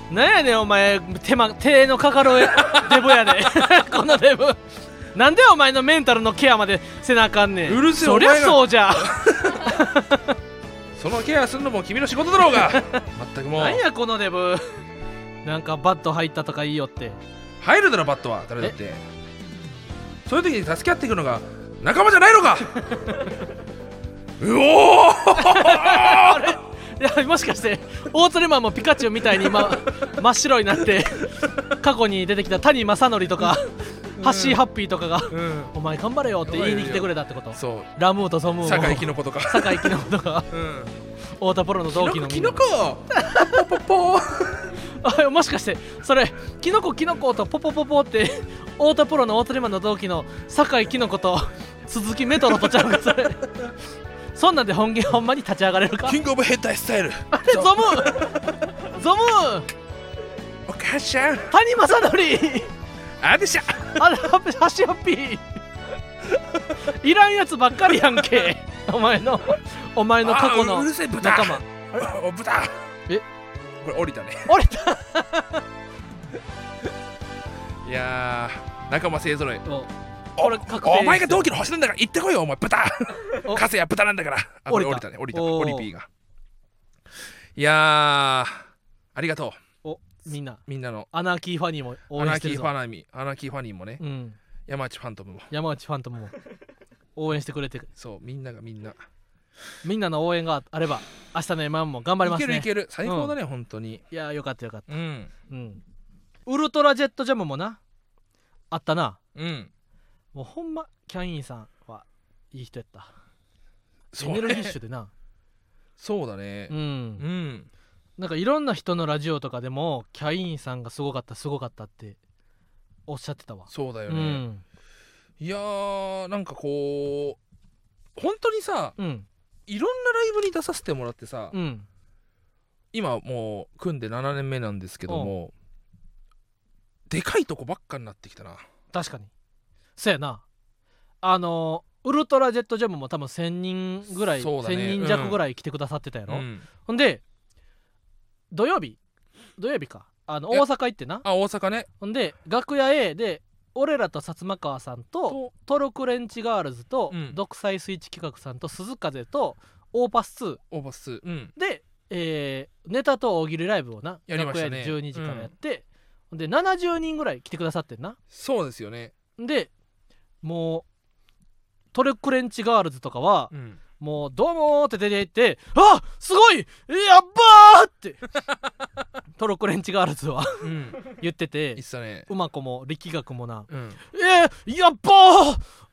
Speaker 1: なんやねんお前手,、ま、手のかかるデブや でこのデブなんでお前のメンタルのケアまでせなあかんねん
Speaker 2: うるせえ
Speaker 1: そりゃ
Speaker 2: お前が
Speaker 1: そうじ ゃ
Speaker 2: そのケアするのも君の仕事だろ うが全くもう
Speaker 1: なんやこのデブなんかバット入ったとかいいよって
Speaker 2: 入るだろバットは誰だってそういう時に助け合っていくのが仲間じゃない のかうおー
Speaker 1: いやもしかして大トリマンもピカチュウみたいに今真っ白になって過去に出てきた谷正則とかハッシーハッピーとかが
Speaker 2: うん
Speaker 1: 「お前頑張れよ」って言いに来てくれたってこと
Speaker 2: そ
Speaker 1: ラムーとソムー
Speaker 2: う
Speaker 1: を
Speaker 2: 酒井きのことか
Speaker 1: 酒井きのことか
Speaker 2: うん
Speaker 1: 太田プロの同期の
Speaker 2: キ
Speaker 1: みんな
Speaker 2: ノコポポポポ
Speaker 1: あもしかしてそれキノコキノコとポポポポって 太田プロの大鳥マンの同期の酒井きのこと 鈴木メトロとちゃうかそれ そんなんで本気ほんまに立ち上がれるか
Speaker 2: キングオブ変態スタイル
Speaker 1: あれ ゾムゾム
Speaker 2: お母ちゃん
Speaker 1: 谷正則
Speaker 2: あでしゃ
Speaker 1: あれハッピハッシュハッピー いらんやつばっかりやんけお前のお前の過去
Speaker 2: あ
Speaker 1: の
Speaker 2: うるせえ豚
Speaker 1: 仲間
Speaker 2: おお豚
Speaker 1: え
Speaker 2: これ降りたね
Speaker 1: 折れた
Speaker 2: いやー仲間勢ぞろい
Speaker 1: お
Speaker 2: お
Speaker 1: これ確定です
Speaker 2: お前が同期の星なんだから行ってこいよお前豚
Speaker 1: お
Speaker 2: カセや豚なんだからあこれ
Speaker 1: 降
Speaker 2: 降
Speaker 1: り
Speaker 2: り
Speaker 1: た
Speaker 2: たね降りた
Speaker 1: お
Speaker 2: 降
Speaker 1: ー
Speaker 2: りピーがいやーありがと
Speaker 1: おみんな
Speaker 2: うみんなの
Speaker 1: アナーキーファニーも応
Speaker 2: ア
Speaker 1: 援
Speaker 2: ナ
Speaker 1: してる
Speaker 2: キー
Speaker 1: ぞ
Speaker 2: ファナミアナキーファニーもね
Speaker 1: うん、
Speaker 2: 山内ファントムも
Speaker 1: 山内ファントムも応援してくれてる
Speaker 2: そうみんながみんな
Speaker 1: みんなの応援があれば明日の M1 も頑張り
Speaker 2: い
Speaker 1: ます
Speaker 2: け
Speaker 1: ね
Speaker 2: るいける最高だね本当に
Speaker 1: いやよかったよかった、
Speaker 2: うん
Speaker 1: うん、ウルトラジェットジャムもなあったな
Speaker 2: うん
Speaker 1: もうほんまキャインさんはいい人やったエ
Speaker 2: そう
Speaker 1: ネルギッ
Speaker 2: ね
Speaker 1: シュで な、
Speaker 2: そうだね
Speaker 1: うん
Speaker 2: う、ん
Speaker 1: なんかいろんな人のラジオとかでもキャインさんがすごかったすごかったっておっしゃってたわ
Speaker 2: そうだよ
Speaker 1: う
Speaker 2: ね
Speaker 1: ん
Speaker 2: いやーなんかこう本当にさ
Speaker 1: うん
Speaker 2: いろんなライブに出させてもらってさ
Speaker 1: うん
Speaker 2: 今もう組んで7年目なんですけどもでかいとこばっかになってきたな
Speaker 1: 確かにそやなあのウルトラジェットジャムも多分1000人ぐらい、
Speaker 2: そうだね
Speaker 1: 1000人弱ぐらい来てくださってたやろ、
Speaker 2: うん
Speaker 1: ほんで土曜日土曜日かあの
Speaker 2: いや
Speaker 1: 大阪行ってな
Speaker 2: あ大阪ね
Speaker 1: ほんで楽屋 A で俺らと薩摩川さんと
Speaker 2: と
Speaker 1: トルクレンチガールズと、
Speaker 2: うん
Speaker 1: 独裁スイッチ企画さんと鈴風とオーパス2
Speaker 2: オーバスうん
Speaker 1: で、えーネタと大喜利ライブをな
Speaker 2: やりましたね
Speaker 1: 楽屋で12時からやって、ほんで70人ぐらい来てくださってんな
Speaker 2: そうですよね
Speaker 1: でもうトレクレンチガールズとかは、
Speaker 2: うん
Speaker 1: もう「どうも」って出て行って「あすごいやっばー!」って トロクレンチガールズは
Speaker 2: うん
Speaker 1: 言って
Speaker 2: いいってすね
Speaker 1: うま子も力学もな
Speaker 2: うん
Speaker 1: 「えー、やっば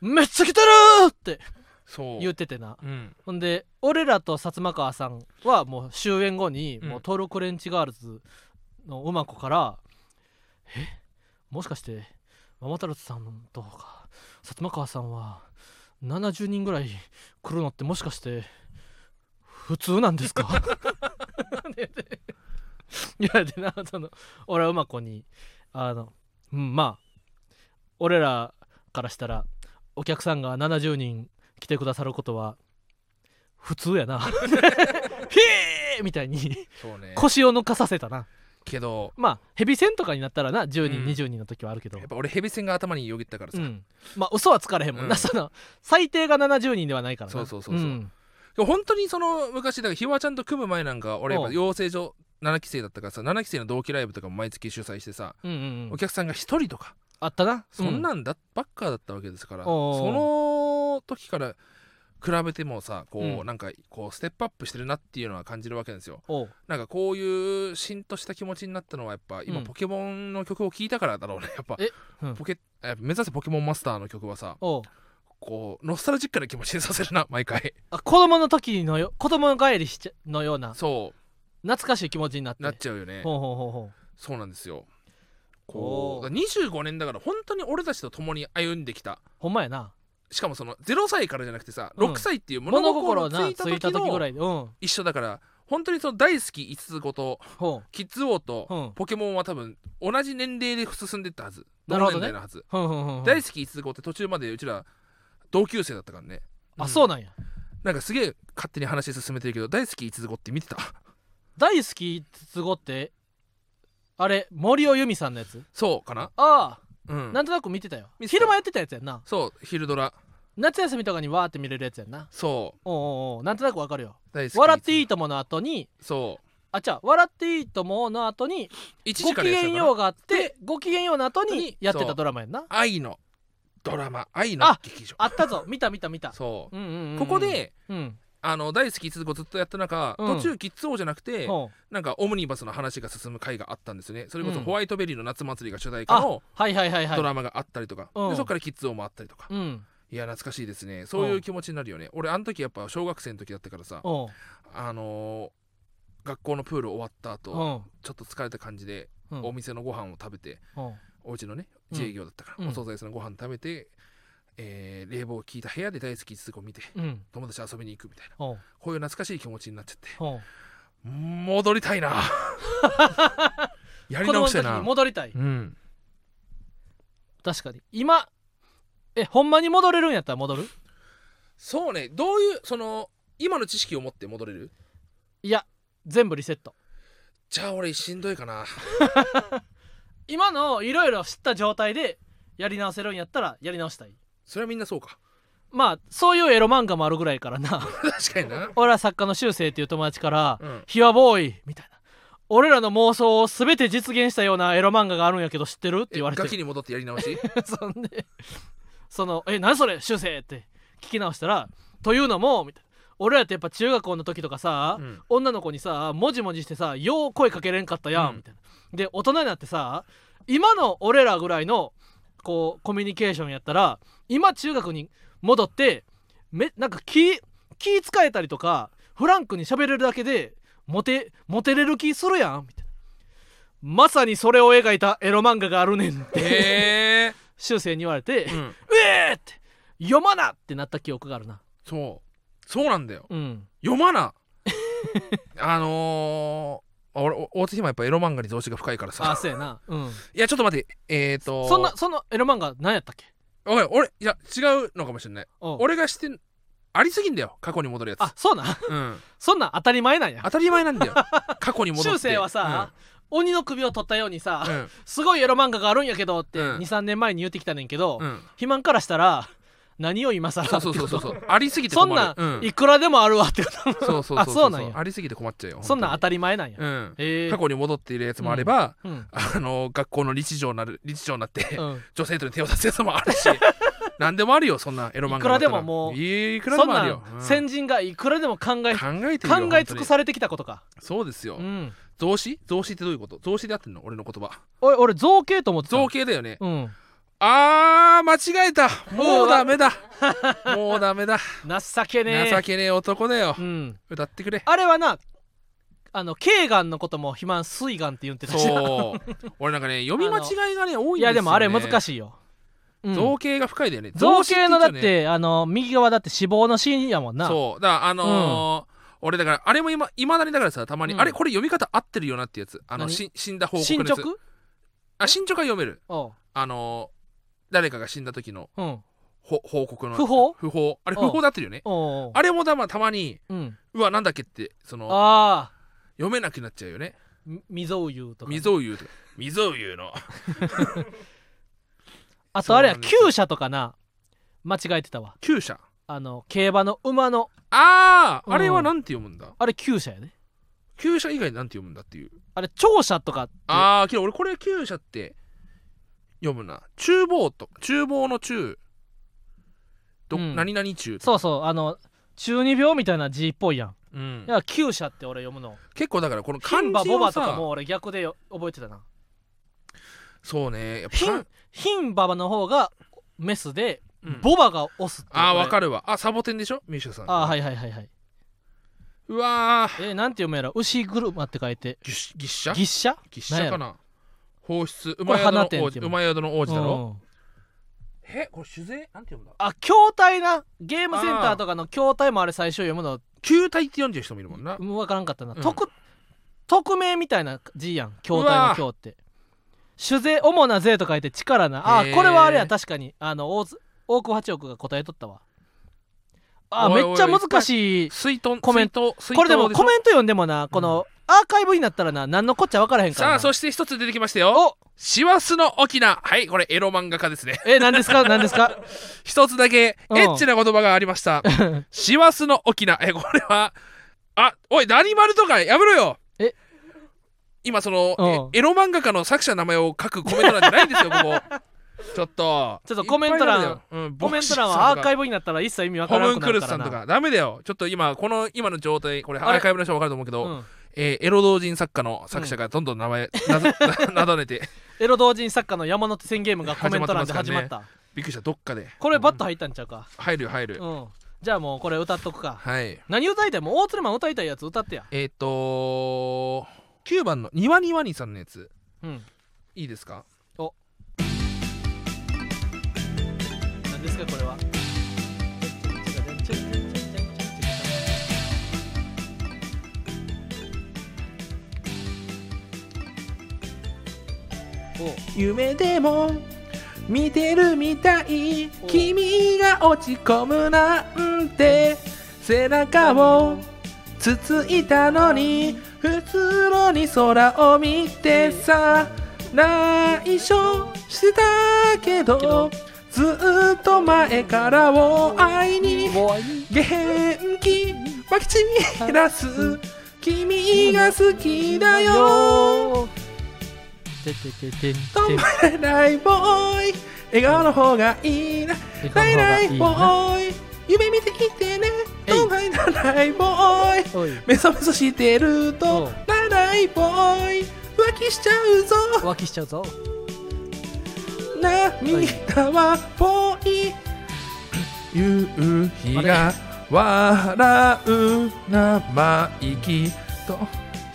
Speaker 1: ーめっちゃ来てる!」って
Speaker 2: そう
Speaker 1: 言っててな
Speaker 2: うん
Speaker 1: ほんで俺らと薩摩川さんはもう終演後に、
Speaker 2: うん
Speaker 1: もうトルクレンチガールズのうま子から「えもしかしてママ太郎さんとか薩摩川さんは70人ぐらい来るのっても しかして普通なんですか?で」でいやでなその俺は馬子にあの、うん、まあ俺らからしたらお客さんが70人来てくださることは普通やな ヒーみたいに
Speaker 2: そうね
Speaker 1: 腰を抜かさせたな
Speaker 2: けど
Speaker 1: まあヘビ戦とかになったらな10人、
Speaker 2: うん
Speaker 1: 20人の時はあるけど
Speaker 2: やっぱ俺ヘビ戦が頭によぎったから
Speaker 1: う
Speaker 2: さ、
Speaker 1: ん、まあ嘘はつかれへんもんな、
Speaker 2: うん
Speaker 1: その最低が70人ではないからな
Speaker 2: そうそうそうそうん本当にその昔だからひわちゃんと組む前なんか俺やっ
Speaker 1: お
Speaker 2: ぱ
Speaker 1: う
Speaker 2: 養成所7期生だったからさ7期生の同期ライブとかも毎月主催してさ、
Speaker 1: うんうんう
Speaker 2: お
Speaker 1: ん
Speaker 2: 客さんが1人とか
Speaker 1: あったな
Speaker 2: そん
Speaker 1: う
Speaker 2: なんだ、ばっかだったわけですから
Speaker 1: おうおう
Speaker 2: その時から比べてもさこう、
Speaker 1: うん
Speaker 2: なんかこうステップアップしてるなっていうのは感じるわけですよ
Speaker 1: おう
Speaker 2: なんかこういうしんとした気持ちになったのはやっぱ今
Speaker 1: うん
Speaker 2: ポケモンの曲を聴いたからだろうねやっぱ
Speaker 1: えうん
Speaker 2: ポケやっぱ目指せポケモンマスターの曲はさ
Speaker 1: おう
Speaker 2: こうノスタルジックな気持ちにさせるな 毎回
Speaker 1: あ子供の時のよ子供帰りしちゃのような
Speaker 2: そ
Speaker 1: 懐かしい気持ちになって
Speaker 2: うなっちゃうよね
Speaker 1: ほうほうほうほ
Speaker 2: そうなんですよ
Speaker 1: お
Speaker 2: こ
Speaker 1: ー
Speaker 2: うだから25年だから本当に俺たちと共に歩んできた
Speaker 1: うほんまやな
Speaker 2: しかもその0歳からじゃなくてさ
Speaker 1: うん
Speaker 2: 6歳っていう物
Speaker 1: 物
Speaker 2: 心
Speaker 1: 心
Speaker 2: をつ
Speaker 1: ない
Speaker 2: た
Speaker 1: ついた
Speaker 2: 時
Speaker 1: 時ぐら
Speaker 2: の
Speaker 1: いでうん
Speaker 2: 一緒だから本当にその大好き5つごと
Speaker 1: ほう
Speaker 2: キッズ王
Speaker 1: うん
Speaker 2: とポケモンは多分同じ年齢で進んでったはず
Speaker 1: な
Speaker 2: 同
Speaker 1: るほど
Speaker 2: 年
Speaker 1: ね
Speaker 2: 代のはず
Speaker 1: ふんふんふんふん
Speaker 2: 大好き5つ子って途中までうちら同級生だったからね
Speaker 1: あそう
Speaker 2: な
Speaker 1: なんや
Speaker 2: なんかすげえ勝手に話進めてるけど大好き5つ子って見てた
Speaker 1: 大好きつごってあれ森尾由美さんのやつ
Speaker 2: そうかな
Speaker 1: あ
Speaker 2: う
Speaker 1: あ
Speaker 2: ん
Speaker 1: なんとなく見てたよ
Speaker 2: 見てた
Speaker 1: 昼間やってたやつやんな
Speaker 2: そう昼ドラ
Speaker 1: 夏休みとかにわーって見れるやつやんな
Speaker 2: そう
Speaker 1: おうおうおうなんとなくわかるよ
Speaker 2: 大好き
Speaker 1: 笑ってい
Speaker 2: い
Speaker 1: いともの後に
Speaker 2: そう
Speaker 1: あちゃう笑っていいともの後に
Speaker 2: 1時
Speaker 1: ご
Speaker 2: か
Speaker 1: き
Speaker 2: らや
Speaker 1: げ
Speaker 2: って
Speaker 1: ん
Speaker 2: た
Speaker 1: よ
Speaker 2: かな
Speaker 1: うがあってごきげんようの後にやって
Speaker 2: そ
Speaker 1: た
Speaker 2: う
Speaker 1: ドラマやんな
Speaker 2: 愛のドラマ愛の劇場
Speaker 1: あったぞ見た見た見た
Speaker 2: そう
Speaker 1: うんうんうんうん
Speaker 2: ここで
Speaker 1: うん
Speaker 2: あの大好きいつずっとやった中、
Speaker 1: うん
Speaker 2: 途中キッズ王じゃなくて、
Speaker 1: ほう
Speaker 2: なんかオムニバスの話が進む回があったんですよねそれこ
Speaker 1: う
Speaker 2: そ
Speaker 1: ん
Speaker 2: ホワイトベリーの夏祭りが主題歌
Speaker 1: あ
Speaker 2: の
Speaker 1: はいはいはいはい
Speaker 2: ドラマがあったりとか、
Speaker 1: うん
Speaker 2: でそこからキッズ王もあったりとか、
Speaker 1: うん
Speaker 2: いや懐かしいですねそういう気持ちになるよね、俺あの時やっぱ小学生の時だったからさ、
Speaker 1: おう
Speaker 2: あのー学校のプール終わった後、
Speaker 1: うん
Speaker 2: ちょっと疲れた感じで、
Speaker 1: うん
Speaker 2: お店のご飯を食べて
Speaker 1: うん
Speaker 2: お家のね
Speaker 1: うん
Speaker 2: 自営業だったから、
Speaker 1: うん
Speaker 2: お惣菜屋さんのご飯食べて、えー冷房を効いた部屋で大好きいつずを見て
Speaker 1: うん
Speaker 2: 友達と遊びに行くみたいな
Speaker 1: おう
Speaker 2: こういう懐かしい気持ちになっちゃって
Speaker 1: おう
Speaker 2: 戻りたいな やり
Speaker 1: 子供
Speaker 2: 直
Speaker 1: の
Speaker 2: したい
Speaker 1: 時
Speaker 2: な
Speaker 1: に戻りたい
Speaker 2: うん
Speaker 1: 確かに今えほんまに戻れるんやったら戻る
Speaker 2: そうねどういうその今の知識を持って戻れる
Speaker 1: いや全部リセット
Speaker 2: じゃあ俺しんどいかな
Speaker 1: 今のいろいろ知った状態でやり直せるんやったらやり直したい
Speaker 2: それはみんなそうか
Speaker 1: まあそういうエロ漫画もあるぐらいからな
Speaker 2: 確かにな
Speaker 1: 俺は作家の修正っていう友達から
Speaker 2: うん
Speaker 1: 「ひわボーイ」みたいな俺らの妄想を全て実現したようなエロ漫画があるんやけど知ってるって言われて
Speaker 2: ガキに戻ってやり直し
Speaker 1: そんでその「え何それ修正」って聞き直したら「というのも」みたいな俺らってやっぱ中学校の時とかさ、
Speaker 2: うん
Speaker 1: 女の子にさもじもじしてさよう声かけれんかったやん、
Speaker 2: うん
Speaker 1: みたいなで大人になってさ今の俺らぐらいのこうコミュニケーションやったら今中学に戻ってめなんか気気使えたりとかフランクに喋れるだけでモテモテれる気するやんみたいなまさにそれを描いたエロ漫画があるねんって
Speaker 2: へえ
Speaker 1: 修正に言われて、
Speaker 2: ー、 うん、
Speaker 1: うえーって読まなってなった記憶があるな
Speaker 2: そうそうなんだよ
Speaker 1: うん
Speaker 2: 読まなあのー、あ俺お大津姫やっぱエロ漫画に増資が深いから
Speaker 1: あ
Speaker 2: さ
Speaker 1: そうやなうん
Speaker 2: いやちょっと待ってえっ、ー、と
Speaker 1: そんなそのエロ漫画何やったっけ
Speaker 2: わかる俺いや違うのかもしれない
Speaker 1: おう
Speaker 2: 俺がしてんありすぎんだよ過去に戻るやつ
Speaker 1: あそうなん
Speaker 2: うん、
Speaker 1: そんなん当たり前なんや
Speaker 2: 当たり 前なんだよ過去に戻って
Speaker 1: 修正はさ、鬼の首を取ったようにさ、
Speaker 2: うんうん
Speaker 1: すごいエロ漫画があるんやけどって
Speaker 2: うん
Speaker 1: 23年前に言ってきたねんけど、
Speaker 2: うん
Speaker 1: 肥満からしたら何を今さ
Speaker 2: そうそうそうそうそう ありすぎて
Speaker 1: そ
Speaker 2: 困
Speaker 1: ん
Speaker 2: る
Speaker 1: なん、
Speaker 2: うん
Speaker 1: いくらでもあるわってこと
Speaker 2: そうそうそう
Speaker 1: あそうなんや
Speaker 2: ありすぎて困っちゃうよ
Speaker 1: そんなん当
Speaker 2: 本
Speaker 1: たり前なんや、
Speaker 2: 当にうん
Speaker 1: ええ
Speaker 2: 過去に戻っているやつもあれば、
Speaker 1: うん
Speaker 2: あの学校の理事長なる理事長にな って、
Speaker 1: うん、
Speaker 2: 女性と手を出すやつもあ るし何でもあるよそんなエロ漫画
Speaker 1: いくらでももう
Speaker 2: いくらで
Speaker 1: そん
Speaker 2: もあ
Speaker 1: な
Speaker 2: るよ
Speaker 1: ん、先人がいくらでも考え
Speaker 2: うん考えてるよ
Speaker 1: 考え尽く
Speaker 2: 本
Speaker 1: されてきたことか、
Speaker 2: 当にそうですよ、
Speaker 1: うん、
Speaker 2: 増資増資ってどういうこと増資であってんの俺の言葉
Speaker 1: おい俺造形と思ってた
Speaker 2: 造形だよね
Speaker 1: うん
Speaker 2: あー間違えたもうダ メだもうダメだ
Speaker 1: 情けねえ
Speaker 2: 情けねえ男だよ
Speaker 1: うん、
Speaker 2: 歌ってくれ
Speaker 1: あれはなあの頸がんのことも肥満膵がんって言ってたしな
Speaker 2: そう 俺なんかね読み間違いがね多
Speaker 1: い
Speaker 2: いんですよ、ね、
Speaker 1: やでもあれ難
Speaker 2: し
Speaker 1: しいよ、うん
Speaker 2: 造形が深いだよね
Speaker 1: 造形のだっ
Speaker 2: 造詞て
Speaker 1: てあの右側だって脂肪のシーンやもん
Speaker 2: 言
Speaker 1: な
Speaker 2: っちゃうよねそうだからあのー俺だからあれも今いまだにだからさたまに、
Speaker 1: うん
Speaker 2: あれこれ読み方合ってるよなってやつあの
Speaker 1: 何
Speaker 2: し死んだ報告
Speaker 1: 進
Speaker 2: のやつ
Speaker 1: 捗
Speaker 2: あ進捗は読める
Speaker 1: おう
Speaker 2: あのー誰かが死んだ時の
Speaker 1: うん
Speaker 2: ほ報告の
Speaker 1: 不法
Speaker 2: 不法あれ
Speaker 1: うん
Speaker 2: 不法だってるよね
Speaker 1: おう
Speaker 2: あれもだまあたまに
Speaker 1: うん
Speaker 2: うわなんだっけってその
Speaker 1: ああ
Speaker 2: 読めなくなっちゃうよね
Speaker 1: 未曾有とか
Speaker 2: 未曾有とか未曾 有の
Speaker 1: あとあれや
Speaker 2: そうなんですよ
Speaker 1: 厩舎とかな間違えてたわ
Speaker 2: 厩舎
Speaker 1: あの競馬の馬の
Speaker 2: あああれはなんて読むんだ
Speaker 1: あれ厩舎やね
Speaker 2: 厩舎以外なんて読むんだっていう
Speaker 1: あれ庁舎とかって
Speaker 2: ああけど俺これ厩舎って読むな厨房と厨房の厨ど、
Speaker 1: うん
Speaker 2: 何々厨
Speaker 1: そうそうあの中二病みたいな字っぽいやん
Speaker 2: うん
Speaker 1: い、や厩舎って俺読むの
Speaker 2: 結構だからこの
Speaker 1: 牝
Speaker 2: 漢
Speaker 1: 馬
Speaker 2: 字
Speaker 1: ボ
Speaker 2: を
Speaker 1: バとか
Speaker 2: さ
Speaker 1: も俺逆でよ覚えてたな
Speaker 2: そうねやっぱ
Speaker 1: 牝
Speaker 2: か
Speaker 1: 牝馬の方がメスで、
Speaker 2: うん
Speaker 1: ボバがオスって
Speaker 2: ああわか
Speaker 1: る
Speaker 2: るわあサボテンでしょミシャさん
Speaker 1: あーはいいはいはいはいう
Speaker 2: わー
Speaker 1: えー、なんて読むやろ牛車って書いて
Speaker 2: ぎっしぎっしゃぎ
Speaker 1: 牛車
Speaker 2: っしゃか
Speaker 1: な
Speaker 2: な放出
Speaker 1: こ
Speaker 2: 馬
Speaker 1: れ
Speaker 2: 宿の
Speaker 1: 花店
Speaker 2: 王
Speaker 1: って
Speaker 2: 子
Speaker 1: 読む
Speaker 2: 馬宿の王子だろ、
Speaker 1: うん
Speaker 2: えこれ酒税なんて読むんだ
Speaker 1: あ筐体なゲームセンターとかの筐体もあれ最初読むの
Speaker 2: 球体って読んでる人もいるもんな、
Speaker 1: 分からんかったな、
Speaker 2: うん
Speaker 1: 特匿名みたいな字やん筐
Speaker 2: うわ
Speaker 1: 体の
Speaker 2: ー
Speaker 1: 筐って主税主な税と書いて力なあ
Speaker 2: へ
Speaker 1: ー
Speaker 2: ー
Speaker 1: これはあれや確かにあの大津大久保八億が答えとったわあー
Speaker 2: おいおい
Speaker 1: めっちゃ難しい
Speaker 2: 水遁
Speaker 1: コメン
Speaker 2: ト水遁
Speaker 1: これでも
Speaker 2: しょ
Speaker 1: コメント読んでもなこの、アーカイブになったらな何のこっちゃ分からへんから
Speaker 2: さ
Speaker 1: な
Speaker 2: あそして一つ出てきましたよ師走の沖縄はいこれエロ漫画家ですね
Speaker 1: え何です か何ですか
Speaker 2: 一つだけエ
Speaker 1: うん
Speaker 2: ッチな言葉がありま した師走の沖縄えこれはあおい何丸とかやめろよ
Speaker 1: え
Speaker 2: 今その
Speaker 1: うん
Speaker 2: えエロ漫画家の作者の名前を書くコメント欄じゃないんですよ ここちょっと
Speaker 1: ちょっとコメント欄
Speaker 2: いっぱいあるようん
Speaker 1: コメント欄はアーカ
Speaker 2: イ
Speaker 1: イブになったら一切意味分
Speaker 2: ホ
Speaker 1: から
Speaker 2: ム
Speaker 1: んく
Speaker 2: ンク
Speaker 1: な
Speaker 2: ル
Speaker 1: る
Speaker 2: ス
Speaker 1: か
Speaker 2: さ
Speaker 1: ら
Speaker 2: ん
Speaker 1: な
Speaker 2: とかダメだよちょっと今この今の状態これ
Speaker 1: あれ
Speaker 2: アーカイブの人は分かると思うけど、
Speaker 1: うん
Speaker 2: えーエロ同人作家の作者がどんどん名 前なぞなだねて
Speaker 1: エロ同人作家の山手線ゲームがコメント欄で始まっ
Speaker 2: 始
Speaker 1: た
Speaker 2: びっくりしたどっかで
Speaker 1: これバッと入ったんちゃうか
Speaker 2: 入るよ入る、
Speaker 1: うんじゃあもうこれ歌っとくか
Speaker 2: はい
Speaker 1: 何歌いたいもう大鶴マン歌いたいやつ歌ってや
Speaker 2: えっ、とー、9番の「にわにわにさんのやつ
Speaker 1: うん
Speaker 2: いいですか
Speaker 1: 何ですかこれはおう
Speaker 2: 夢でも見てるみたい君が落ち込むなんて背中をつついたのに普通のに空を見てさ内緒してたけどずっと前からを愛に元気まき散らす君が好きだよ
Speaker 1: ててててんてん
Speaker 2: 止まれないボーイ笑顔の方がいいな
Speaker 1: てか
Speaker 2: ラ
Speaker 1: の
Speaker 2: イ
Speaker 1: 方が
Speaker 2: ラ
Speaker 1: い
Speaker 2: イ
Speaker 1: い
Speaker 2: ボ
Speaker 1: な
Speaker 2: ーイ夢見てきてね
Speaker 1: えい
Speaker 2: 止まれないボーイ
Speaker 1: おい
Speaker 2: メソメソしてる
Speaker 1: お
Speaker 2: と
Speaker 1: う
Speaker 2: ライライボーイ浮気しちゃうぞ
Speaker 1: 浮気しちゃうぞ
Speaker 2: 涙はボーイ夕日が笑う生意気と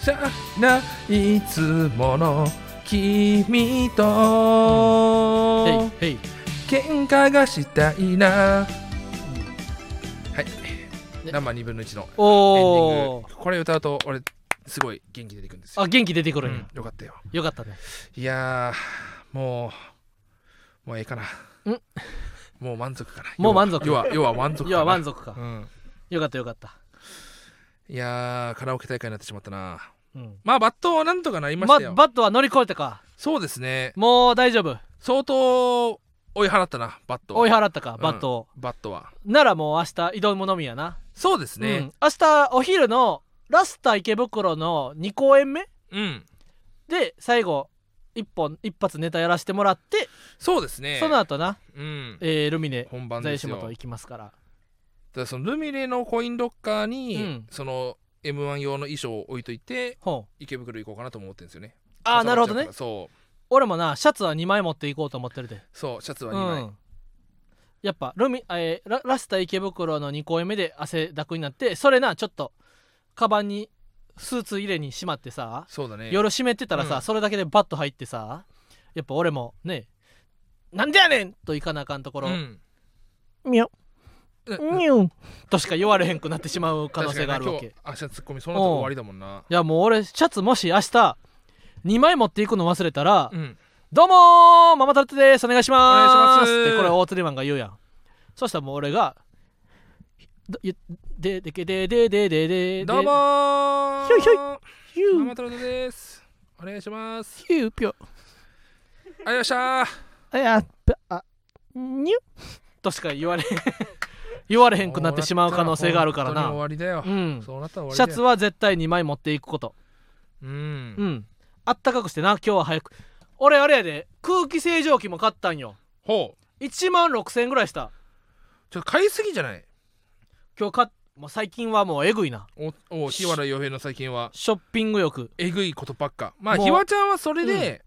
Speaker 2: しゃないいつもの君と、
Speaker 1: へいへい
Speaker 2: 喧嘩がしたいな、はい
Speaker 1: ね
Speaker 2: 生2分の1のエンディン
Speaker 1: おお
Speaker 2: グこれ歌うと俺すごい元気出てくるんですよ
Speaker 1: あ元気出てく
Speaker 2: う
Speaker 1: るん
Speaker 2: ん
Speaker 1: や、
Speaker 2: よかったよ
Speaker 1: よかったね
Speaker 2: いやーもうもうええかな
Speaker 1: うん
Speaker 2: もう満足かな
Speaker 1: もう満足
Speaker 2: 要は要は満足かな
Speaker 1: 要は満足か
Speaker 2: うん
Speaker 1: よかったよかった
Speaker 2: いやーカラオケ大会になってしまったな
Speaker 1: うん
Speaker 2: まあバットはなんとかなりまし
Speaker 1: ま
Speaker 2: たよ、
Speaker 1: バットは乗り越えたか
Speaker 2: そうですね
Speaker 1: もう大丈夫
Speaker 2: 相当追い払ったなバットは
Speaker 1: 追い払ったか
Speaker 2: うん
Speaker 1: バットを、
Speaker 2: バットは
Speaker 1: ならもう明日挑むのみやな、
Speaker 2: そうです
Speaker 1: う
Speaker 2: ね
Speaker 1: ん明日お昼のラスタ池袋の2公演目
Speaker 2: うん
Speaker 1: で最後一本一発ネタやらせてもらって、
Speaker 2: そうですね
Speaker 1: その後な、
Speaker 2: うん、
Speaker 1: えールミネ
Speaker 2: 本番で
Speaker 1: 在
Speaker 2: す
Speaker 1: 島
Speaker 2: よ
Speaker 1: と
Speaker 2: だか
Speaker 1: 行きますから
Speaker 2: らそのルミネのコインロッカーに、
Speaker 1: うん
Speaker 2: その m 1用の衣装を置いといて
Speaker 1: ほう
Speaker 2: 池袋行こうかなと思ってるんですよね
Speaker 1: ああ
Speaker 2: 朝
Speaker 1: なるほどね
Speaker 2: 起きちゃうからそう
Speaker 1: 俺もなシャツは2枚持っていこうと思ってるで
Speaker 2: そうシャツは
Speaker 1: う
Speaker 2: 2枚、
Speaker 1: んやっぱルミ、えーララスタ池袋の2公演目で汗だくになってそれなちょっとカバンにスーツ入れにしまってさ
Speaker 2: そうだね
Speaker 1: 夜湿ってたらさ、
Speaker 2: うん
Speaker 1: それだけでバッと入ってさやっぱ俺もねなんでやねんといかなあかんとこ
Speaker 2: う
Speaker 1: ろ、
Speaker 2: ん
Speaker 1: みょにゅんとしか言われへんくなってしまう可能性があるわけ
Speaker 2: 確かにね今日足の突っ込みそのとこ終わりだもんない
Speaker 1: やもう俺シャツもし明日2枚持っていくの忘れたら「
Speaker 2: うん
Speaker 1: どうもーママタルトですお願いします」
Speaker 2: お願いします
Speaker 1: ってこれ大釣りマンが言うやんそしたらもう俺が「どゆででけででででで
Speaker 2: どうもー
Speaker 1: ひょいひヒ
Speaker 2: マ
Speaker 1: ュ
Speaker 2: マ
Speaker 1: ー
Speaker 2: トロトですお願いします
Speaker 1: ヒューぴょ
Speaker 2: ありがとうございまし
Speaker 1: あやぱあにゅ」としか言われへん 言われ
Speaker 2: た
Speaker 1: へんくなってしまう可能性があるから
Speaker 2: もう
Speaker 1: な
Speaker 2: なったら本
Speaker 1: う
Speaker 2: 当に終わりだよ、
Speaker 1: ん
Speaker 2: そうなったら終
Speaker 1: シャ
Speaker 2: わりだよ
Speaker 1: ツは絶対2枚持っていくこと
Speaker 2: うん
Speaker 1: うんあったかくしてな今日は早く俺あれやで空気清浄機も買ったんよ
Speaker 2: ほう
Speaker 1: 1万6000円ぐらいした
Speaker 2: ちょっと買いすぎじゃない
Speaker 1: 今日買っもう最近はもうえぐいな
Speaker 2: おお日原洋平の最近は
Speaker 1: ショッピング欲
Speaker 2: えぐいことばっかまあ
Speaker 1: もう
Speaker 2: ひわちゃんはそれで、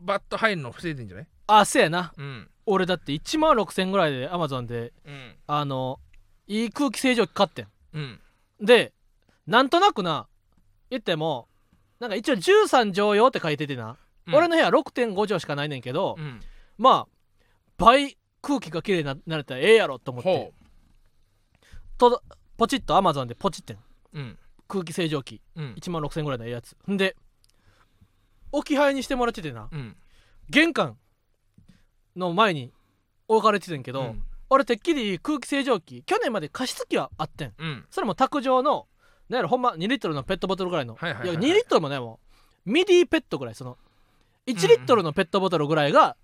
Speaker 2: バッと入るの防いでんじゃない
Speaker 1: あせやな
Speaker 2: うん
Speaker 1: 俺だって1万6000円ぐらいでアマゾンで
Speaker 2: うん
Speaker 1: あのいい空気清浄機買ってん
Speaker 2: うん
Speaker 1: でなんとなくな言ってもなんか一応13畳用って書いててな、
Speaker 2: うん
Speaker 1: 俺の部屋6.5畳しかないねんけど、
Speaker 2: うん
Speaker 1: まあ倍空気が綺麗にななれたらええやろと思って
Speaker 2: ほ
Speaker 1: とポチッとアマゾンでポチってん
Speaker 2: ううん
Speaker 1: 空気清浄機
Speaker 2: うん
Speaker 1: 1万6000円ぐらいのええやつんで置き配にしてもらっててな
Speaker 2: うん
Speaker 1: 玄関の前に置かれててんけど、
Speaker 2: うん
Speaker 1: 俺てっきり空気清浄機去年まで加湿器はあってん
Speaker 2: うん
Speaker 1: それも卓上のなんやろほんま2リットルのペットボトルぐらいの、
Speaker 2: はいはいはいはい
Speaker 1: や2リットルもねもうミディペットぐらいその1リットルのペットボトルぐらいが、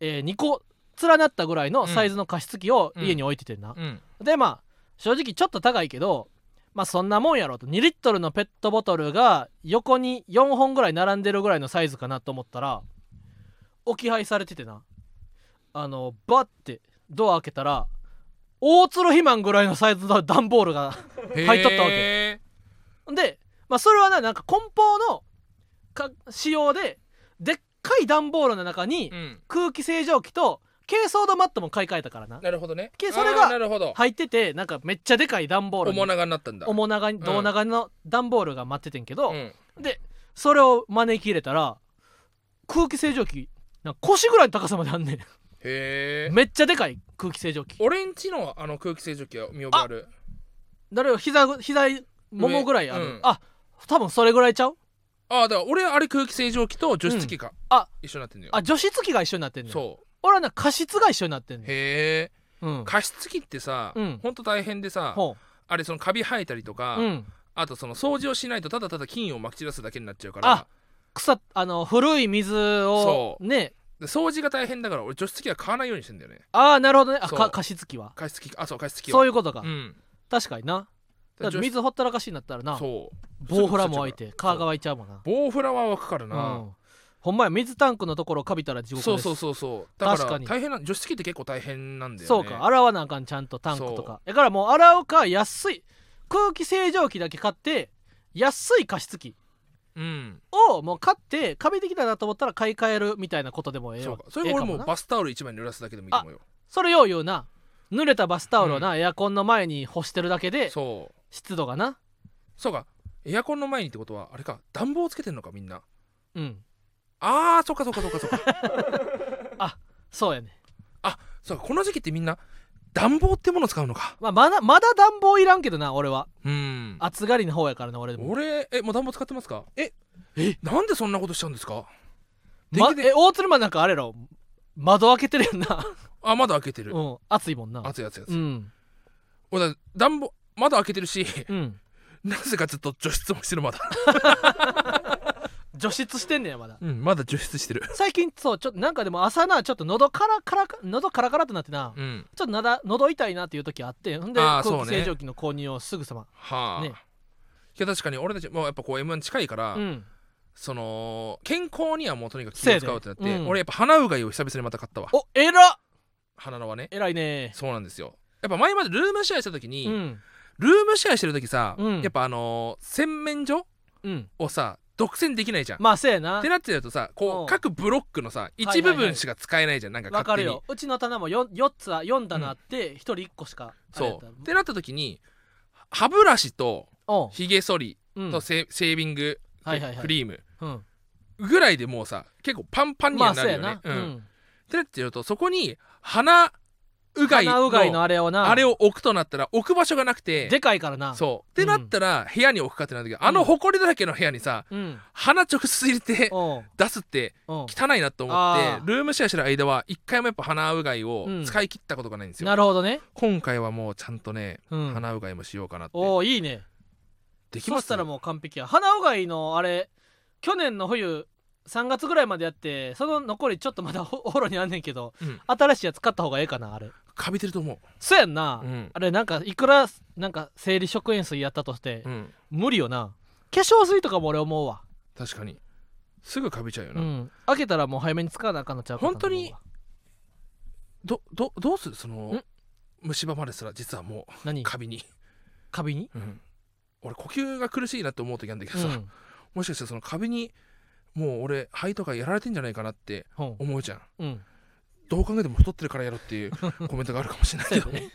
Speaker 1: え2個連なったぐらいのサイズの加湿器を家に置いててんな、
Speaker 2: うん
Speaker 1: でまあ正直ちょっと高いけどまあそんなもんやろと2リットルのペットボトルが横に4本ぐらい並んでるぐらいのサイズかなと思ったら置き配されててなあのバッてドア開けたら大鶴肥満ぐらいのサイズの段ボールが入っとったわけ
Speaker 2: け
Speaker 1: で、まあ、それはななんか梱包のか仕様ででっかい段ボールの中に
Speaker 2: うん
Speaker 1: 空気清浄機と珪藻土マットも買い替えたからな
Speaker 2: なるほどね
Speaker 1: けそれが
Speaker 2: あーなるほど
Speaker 1: 入っててなんかめっちゃでかい段ボールに
Speaker 2: 面長になったんだ
Speaker 1: おもながに
Speaker 2: ん
Speaker 1: 胴長の段ボールが待っててんけど、
Speaker 2: うん
Speaker 1: でそれを招き入れたら空気清浄機なんか腰ぐらいの高さまであんねん、
Speaker 2: へえ
Speaker 1: めっちゃでかい空気清浄機
Speaker 2: 俺んちのあの空気清浄機は見覚えある
Speaker 1: 誰よ膝ぐ膝ももぐらいある、
Speaker 2: うん
Speaker 1: あ多分それぐらいちゃう
Speaker 2: ああだから俺あれ空気清浄機と除湿機が、
Speaker 1: あ
Speaker 2: 一緒になってんだよ
Speaker 1: あ除湿機が一緒になってんねん
Speaker 2: そ
Speaker 1: 俺はな加湿が一緒になってん
Speaker 2: う
Speaker 1: ねん、
Speaker 2: へえ
Speaker 1: うん、
Speaker 2: 加湿器ってさ、
Speaker 1: うん
Speaker 2: ほんと大変でさ
Speaker 1: ほ
Speaker 2: あれそのカビ生えたりとか、
Speaker 1: う、うん、
Speaker 2: あとその掃除をしないとただただ菌をまき散らすだけになっちゃうから
Speaker 1: あ草あの古い水を
Speaker 2: そう
Speaker 1: ね
Speaker 2: で掃除が大変だから俺除湿器は買わないようにしてんだよね
Speaker 1: ああなるほどねあ
Speaker 2: そう
Speaker 1: か加湿器は
Speaker 2: 加湿器あそう加湿器
Speaker 1: そう
Speaker 2: い
Speaker 1: いうことか、
Speaker 2: うん
Speaker 1: 確かになだって
Speaker 2: 除湿
Speaker 1: 水ほったらかしになったらな
Speaker 2: そう
Speaker 1: 棒フラも湧い
Speaker 2: す
Speaker 1: て
Speaker 2: ぐ腐っちゃうから
Speaker 1: 川が湧いちゃうもんな
Speaker 2: そう棒フラは湧くから
Speaker 1: う、
Speaker 2: なん
Speaker 1: ほんまや水タンクのところカビたら地獄です
Speaker 2: そうそうそうそうだ
Speaker 1: 確
Speaker 2: か
Speaker 1: からに
Speaker 2: 大変な除湿器って結構大変なんだよね
Speaker 1: そうか洗わなあかんちゃんとタンクとかだからもう洗うか安い空気清浄機だけ買って安い加湿器
Speaker 2: うん
Speaker 1: をもう買ってカビできたなと思ったら買い替えるみたいなことでもええ
Speaker 2: そう
Speaker 1: わ
Speaker 2: かそれ俺
Speaker 1: ええ
Speaker 2: も
Speaker 1: かな
Speaker 2: バスタオル一枚濡らすだけでもいいと思うよ
Speaker 1: それよう言うな濡れたバスタオルをな、エアコンの前に干してるだけで
Speaker 2: そう
Speaker 1: 湿度がな
Speaker 2: そうかエアコンの前にってことはあれか暖房つけてんのかみんな
Speaker 1: うん
Speaker 2: あーそっかそっかそっ かそっか
Speaker 1: そうやね
Speaker 2: そうかこの時期ってみんな暖房ってもの使うのか
Speaker 1: まあ、まだまだ暖房いらんけどな俺は
Speaker 2: うん
Speaker 1: 暑がりの方やからな俺でも
Speaker 2: 俺えもう暖房使ってますかえ
Speaker 1: え
Speaker 2: なんでそんなことしちゃうんですか
Speaker 1: ま
Speaker 2: 電気で
Speaker 1: え大鶴間なんかあれやろ窓開けてるやんな
Speaker 2: あ窓開けてる
Speaker 1: うん暑いもんな
Speaker 2: 熱い熱い熱
Speaker 1: う
Speaker 2: い
Speaker 1: ん
Speaker 2: 俺だ暖房窓開けてるし
Speaker 1: うん
Speaker 2: なぜかずっと除湿もしてるまだ
Speaker 1: 除湿してんねやまだ
Speaker 2: うんまだ除湿してる
Speaker 1: 最近そうちょっとなんかでも朝なちょっと喉カラカラ喉カラカラってなってな、
Speaker 2: うん
Speaker 1: ちょっとなだ喉痛いなっていう時あってほんで
Speaker 2: あ
Speaker 1: 空
Speaker 2: ーそう
Speaker 1: 気
Speaker 2: ね
Speaker 1: 清浄機の購入をすぐさま
Speaker 2: はあ、
Speaker 1: ね
Speaker 2: いや確かに俺たちもうやっぱこう M1 近いから、
Speaker 1: うん
Speaker 2: その健康にはもうとにかく気を使うってなって、
Speaker 1: せやでうん
Speaker 2: 俺やっぱ鼻うがいを久々にまた買ったわ
Speaker 1: おえら
Speaker 2: 鼻のはね
Speaker 1: えらいね
Speaker 2: そうなんですよやっぱ前までルームシェアした時に、
Speaker 1: うん
Speaker 2: ルームシェアしてる時さ、
Speaker 1: うん
Speaker 2: やっぱあのー洗面所
Speaker 1: うん
Speaker 2: をさ独占できないじゃん、
Speaker 1: まあせやな
Speaker 2: ってなってるとさこ
Speaker 1: うん
Speaker 2: う各ブロックのさ
Speaker 1: はいはい
Speaker 2: 一部分しか使えないじゃん、なん
Speaker 1: わか
Speaker 2: か勝
Speaker 1: る
Speaker 2: 手に
Speaker 1: ようちの棚も 4, 四つは4棚あって、一人1個しかあれやっ
Speaker 2: そ
Speaker 1: た
Speaker 2: うってなった時に歯ブラシと
Speaker 1: おう
Speaker 2: ひげ剃り
Speaker 1: うん
Speaker 2: とセ,、セービング
Speaker 1: はいはいはい
Speaker 2: クリーム
Speaker 1: うん
Speaker 2: ぐらいでもうさ結構パンパンに
Speaker 1: ま
Speaker 2: は
Speaker 1: あ
Speaker 2: な
Speaker 1: そう
Speaker 2: るよ
Speaker 1: や
Speaker 2: ね、
Speaker 1: な、
Speaker 2: うんってなってるとそこに鼻うがい
Speaker 1: 鼻うがいの
Speaker 2: の
Speaker 1: あれをな
Speaker 2: あれを置くとなったら置く場所がなくて
Speaker 1: でかいからな
Speaker 2: そうってなったら部屋に置くかってなるんだけど、あの埃だらけの部屋にさ
Speaker 1: ううん
Speaker 2: 鼻直接入れて
Speaker 1: おう
Speaker 2: 出すって
Speaker 1: おう
Speaker 2: 汚いなと思
Speaker 1: あー
Speaker 2: ってルームシェアしてる間は一回もやっぱ鼻うがいを使い切ったことがないんですよ、
Speaker 1: なるほどね
Speaker 2: 今回はもうちゃんとね
Speaker 1: うん
Speaker 2: 鼻うがいもしようかなって
Speaker 1: おおいいね
Speaker 2: でき
Speaker 1: そ
Speaker 2: ま
Speaker 1: し
Speaker 2: す
Speaker 1: たらもう完璧や鼻うがいのあれ去年の冬3月ぐらいまでやってその残りちょっとまだ おお風呂にあんねんけど、
Speaker 2: うん
Speaker 1: 新しいやつ買った方がええかなあれ
Speaker 2: かびてると思
Speaker 1: そうやんな、
Speaker 2: ううん、
Speaker 1: あれなんかいくらなんか生理食塩水やったとして、
Speaker 2: うん、
Speaker 1: 無理よな化粧水とかも俺思うわ、
Speaker 2: 確かにすぐかびちゃうよ
Speaker 1: う
Speaker 2: な、
Speaker 1: ん、開けたらもう早めに使わなあかんのちゃうかな
Speaker 2: 本当に
Speaker 1: と思うわ
Speaker 2: どどどうするその
Speaker 1: ん
Speaker 2: 虫歯まですら実はもう
Speaker 1: 何
Speaker 2: カビに、
Speaker 1: カビに、
Speaker 2: うん俺呼吸が苦しいなって思う時あるんだけ
Speaker 1: う
Speaker 2: どさ、
Speaker 1: ん
Speaker 2: もしかしたらそのカビにもう俺肺とかやられてんじゃないかなって
Speaker 1: ほん
Speaker 2: 思うじゃん
Speaker 1: うん
Speaker 2: どう考えても太ってるからやろっ ていうコメントがあるかもしれない
Speaker 1: そうや
Speaker 2: けど、
Speaker 1: でね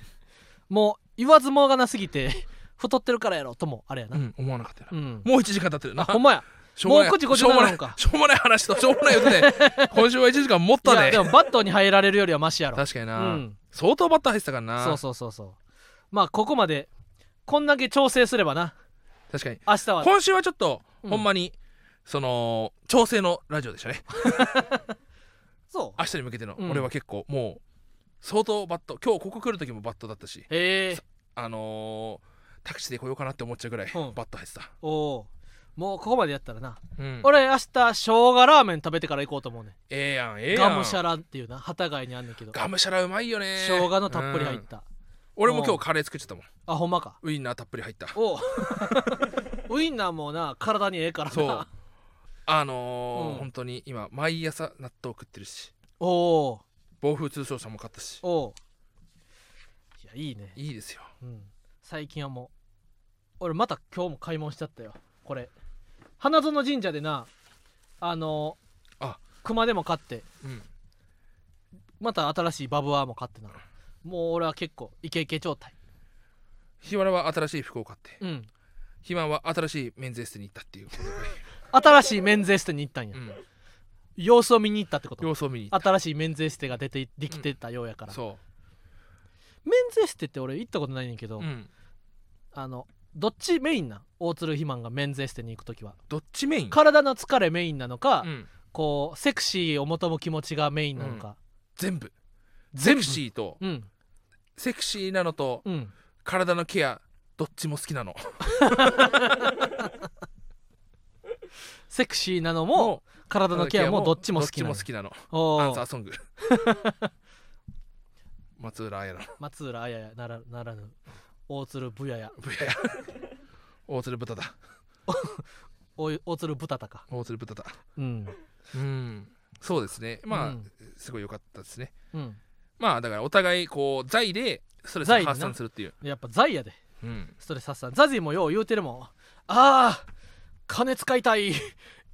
Speaker 1: もう言わずもがなすぎて 太ってるからやろともあれや
Speaker 2: う
Speaker 1: な、
Speaker 2: ん、思わなかったよ
Speaker 1: う
Speaker 2: な、
Speaker 1: ん、
Speaker 2: もう1時間経ってる
Speaker 1: あ
Speaker 2: な
Speaker 1: ほんまや
Speaker 2: しょうがない
Speaker 1: もう9時57
Speaker 2: しょうもない
Speaker 1: 分か
Speaker 2: しょうもない話としょうもない ことで今週は1時間もっ
Speaker 1: い
Speaker 2: た
Speaker 1: や
Speaker 2: ね
Speaker 1: でもバットに入られるよりはマシやろ
Speaker 2: 確かにな、
Speaker 1: うん、
Speaker 2: 相当バッター入ってたからな
Speaker 1: そうそうそうそうまあここまでこんだけ調整すればな
Speaker 2: 確かに
Speaker 1: 明日は
Speaker 2: 今週はちょっと、
Speaker 1: うん
Speaker 2: ほんまにその調整のラジオでしたね
Speaker 1: そう
Speaker 2: 明日に向けての、
Speaker 1: うん
Speaker 2: 俺は結構もう相当バット今日ここ来る時もバットだったし
Speaker 1: へえ
Speaker 2: あのー、タクシーで来ようかなって思っちゃうぐらい、
Speaker 1: うん
Speaker 2: バット入ってた、
Speaker 1: おおうもうここまでやったらな、
Speaker 2: うん、
Speaker 1: 俺明日生姜ラーメン食べてから行こうと思うね、
Speaker 2: ええやんええやん
Speaker 1: ガムシャラっていうな旗街にあんねんけど
Speaker 2: ガムシャラうまいよね
Speaker 1: 生姜のたっぷり入っ
Speaker 2: うん
Speaker 1: た、
Speaker 2: 俺も今日カレー作ってたもん
Speaker 1: あほんまか
Speaker 2: ウインナーたっぷり入った
Speaker 1: おう ウインナーもな体にええからな
Speaker 2: そうあのー
Speaker 1: うん
Speaker 2: 本当に今毎朝納豆食ってるし
Speaker 1: お お
Speaker 2: 暴風通商社も買ったし
Speaker 1: うおういやいいね、
Speaker 2: いいですよ
Speaker 1: うん、最近はもう俺また今日も買い物しちゃったよこれ花園神社でなあの
Speaker 2: あ
Speaker 1: 熊でも買って
Speaker 2: うん
Speaker 1: また新しいバブアーも買ってなもう俺は結構イケイケ状態
Speaker 2: 日原は新しい服を買って
Speaker 1: うん
Speaker 2: 肥満は新しいメンズエステに行ったっていうことで、
Speaker 1: 新しいメンズエステに行ったんや、
Speaker 2: うん、
Speaker 1: 様子を見に行ったってこと
Speaker 2: 様子を見に行っ
Speaker 1: 新しいメンズエステが出てできてたようやか
Speaker 2: た
Speaker 1: ら、
Speaker 2: そ
Speaker 1: メンズエステって俺行ったことないねんけ
Speaker 2: う、
Speaker 1: ど、
Speaker 2: うん、
Speaker 1: あのどっちメインなん大鶴肥満がメンズエステに行く時は
Speaker 2: どっちメイン
Speaker 1: 体の疲れメインなのか、
Speaker 2: うん、
Speaker 1: こうセクシーを求む気持ちがメインなのか、
Speaker 2: 全部セ
Speaker 1: 全部
Speaker 2: クシーと
Speaker 1: うん
Speaker 2: セクシーなのと
Speaker 1: うん
Speaker 2: 体のケアどっちも好きなの
Speaker 1: セクシーなのも体のケアもどっちも好きなの
Speaker 2: どっちも好きなの
Speaker 1: おー
Speaker 2: アンサーソング 松浦綾の
Speaker 1: 松浦綾やならならぬ大鶴ぶやや
Speaker 2: ブヤや大鶴豚だ
Speaker 1: おい大鶴ぶたたか
Speaker 2: 大鶴豚だ
Speaker 1: うん
Speaker 2: うんそうですねまあ、
Speaker 1: うん
Speaker 2: すごい良かったですね
Speaker 1: うん
Speaker 2: まあだからお互いこう財でストレス
Speaker 1: 財
Speaker 2: を
Speaker 1: でな
Speaker 2: 発散するっていう、
Speaker 1: やっぱ財やで
Speaker 2: うん、
Speaker 1: ストレス発散ザジーもよう言うてるもんあー金使いたい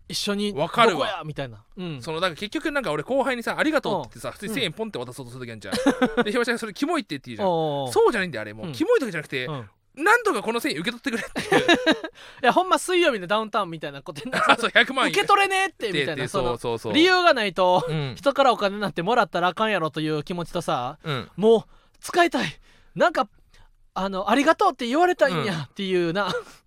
Speaker 1: 一緒に
Speaker 2: わかるわ
Speaker 1: どこやみたいなうん
Speaker 2: そのだから結局なんか俺後輩にさ「ありがとう」って言ってさ普通に
Speaker 1: うん
Speaker 2: 1000円ポンって渡そうとする時あるじゃん、でひばちゃんがそれキモいって言って言うじゃ ん
Speaker 1: おー
Speaker 2: そうじゃないんだよあれもう、
Speaker 1: うん
Speaker 2: キモいとかじゃなくて、
Speaker 1: うん
Speaker 2: なんとかこの1000円受け取ってくれっていう
Speaker 1: いやほんま水曜日のダウンタウンみたいなことにな
Speaker 2: あそう100万円
Speaker 1: 受け取れねえってみたいなそ
Speaker 2: そう
Speaker 1: の
Speaker 2: そうそう
Speaker 1: 理由がないと
Speaker 2: うん、
Speaker 1: 人からお金なんてもらったらあかんやろという気持ちとさ
Speaker 2: うん、
Speaker 1: もう使いたいなんかあのありがとうって言われたいん
Speaker 2: うん
Speaker 1: やっていうな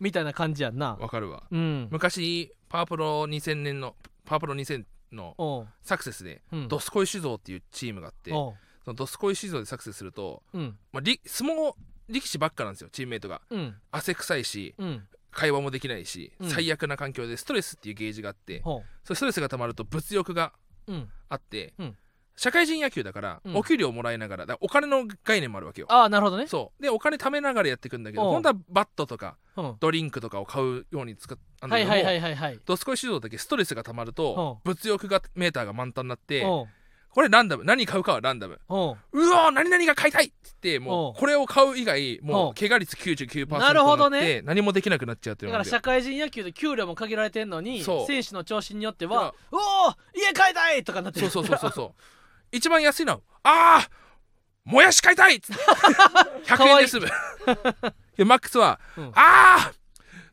Speaker 1: みたいな感じやんな
Speaker 2: わかるわ
Speaker 1: うん
Speaker 2: 昔パワプロ2000年のパワプロ2000の
Speaker 1: おう
Speaker 2: サクセスで
Speaker 1: うん
Speaker 2: ドスコイ酒造っていうチームがあってそ
Speaker 1: おう
Speaker 2: のドスコイ酒造でサクセスすると、
Speaker 1: うん
Speaker 2: まあ、り相撲力士ばっかなんですよチームメイトが
Speaker 1: うん
Speaker 2: 汗臭いし
Speaker 1: うん
Speaker 2: 会話もできないし、
Speaker 1: うん
Speaker 2: 最悪な環境でストレスっていうゲージがあって
Speaker 1: ほう
Speaker 2: それストレスが溜まると物欲が
Speaker 1: うん、
Speaker 2: あって、
Speaker 1: うん
Speaker 2: 社会人野球だから、
Speaker 1: うん
Speaker 2: お給料もらいながらだからお金の概念もあるわけよ
Speaker 1: ああなるほどね、
Speaker 2: そうでお金貯めながらやっていくんだけど
Speaker 1: おう
Speaker 2: 本当はバットとか
Speaker 1: うん、
Speaker 2: ドリンクとかを買うように使ったんだ
Speaker 1: は
Speaker 2: け
Speaker 1: い
Speaker 2: ども、
Speaker 1: はいはいはいはい
Speaker 2: ドスコイ市場だけストレスが溜まると物欲がメーターが満タンになって
Speaker 1: おう
Speaker 2: これランダム何買うかはランダム
Speaker 1: おう
Speaker 2: うわー何々が買いたいって言っても
Speaker 1: お
Speaker 2: うこれを買う以外
Speaker 1: お
Speaker 2: も
Speaker 1: う
Speaker 2: う怪我率99%に
Speaker 1: なるほ
Speaker 2: な
Speaker 1: ど
Speaker 2: っ
Speaker 1: ね
Speaker 2: て何もできなくなっちゃうって
Speaker 1: だ
Speaker 2: いう
Speaker 1: か
Speaker 2: の
Speaker 1: ら
Speaker 2: が
Speaker 1: 社会人野球で給料も限られてんのに
Speaker 2: そう
Speaker 1: 選手の調子によって
Speaker 2: だ
Speaker 1: は「うおー家買いたい!」とかなって
Speaker 2: そう
Speaker 1: る
Speaker 2: そうそうそうそう一番安いのはあーもやし買いたい っつって100円で済むいやマックスは、
Speaker 1: うん
Speaker 2: あー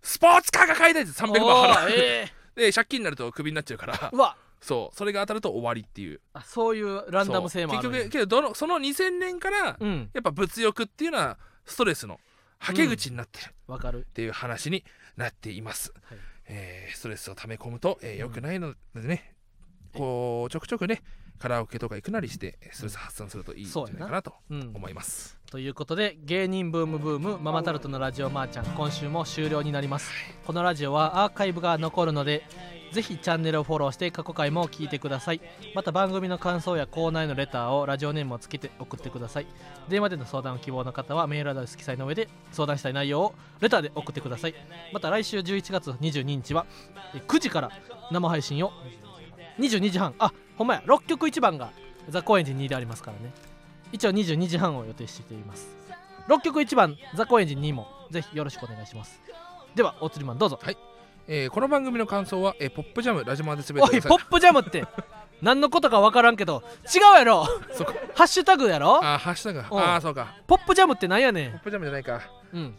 Speaker 2: スポーツカーが買いたいっつって300万
Speaker 1: お
Speaker 2: 払
Speaker 1: ー
Speaker 2: う、
Speaker 1: え
Speaker 2: で借金になるとクビになっちゃうから
Speaker 1: ーうわ
Speaker 2: そうそれが当たると終わりっていう
Speaker 1: あそういうランダム性もある
Speaker 2: そう結局けどどのその2000年からや
Speaker 1: うん
Speaker 2: っぱ物欲っていうのはストレスのはけ口になってる
Speaker 1: わかる
Speaker 2: っていう話になっています、
Speaker 1: はい
Speaker 2: えーストレスを溜め込むと、えー良くないのでね、こうちょくちょくねカラオケとか行くなりしてえーストレス発散するといいんじゃないかなと
Speaker 1: うん
Speaker 2: 思います
Speaker 1: ということで芸人ブームブームママタルトのラジオマーちゃん今週も終了になりますこのラジオはアーカイブが残るのでぜひチャンネルをフォローして過去回も聞いてくださいまた番組の感想や校内のレターをラジオネームをつけて送ってください電話での相談を希望の方はメールアドレス記載の上で相談したい内容をレターで送ってくださいまた来週11月22日はえ9時から生配信を22時半あほんまや6曲1番がザ・高円寺2でありますからね一応22時半を予定しています6曲1番ザ・高円寺2もぜひよろしくお願いしますではおつりマンどうぞ
Speaker 2: えーこの番組の感想は、えーポップジャムラジマンで全て
Speaker 1: お
Speaker 2: く
Speaker 1: い
Speaker 2: ださ
Speaker 1: ポップジャムって何のことか分からんけど違うやろ
Speaker 2: そこ
Speaker 1: ハッシュタグやろ
Speaker 2: あーハッシュタグ
Speaker 1: うん
Speaker 2: ああそうか
Speaker 1: ポップジャムってなんや
Speaker 2: ポ
Speaker 1: ね
Speaker 2: ップジャムじゃないか
Speaker 1: んうん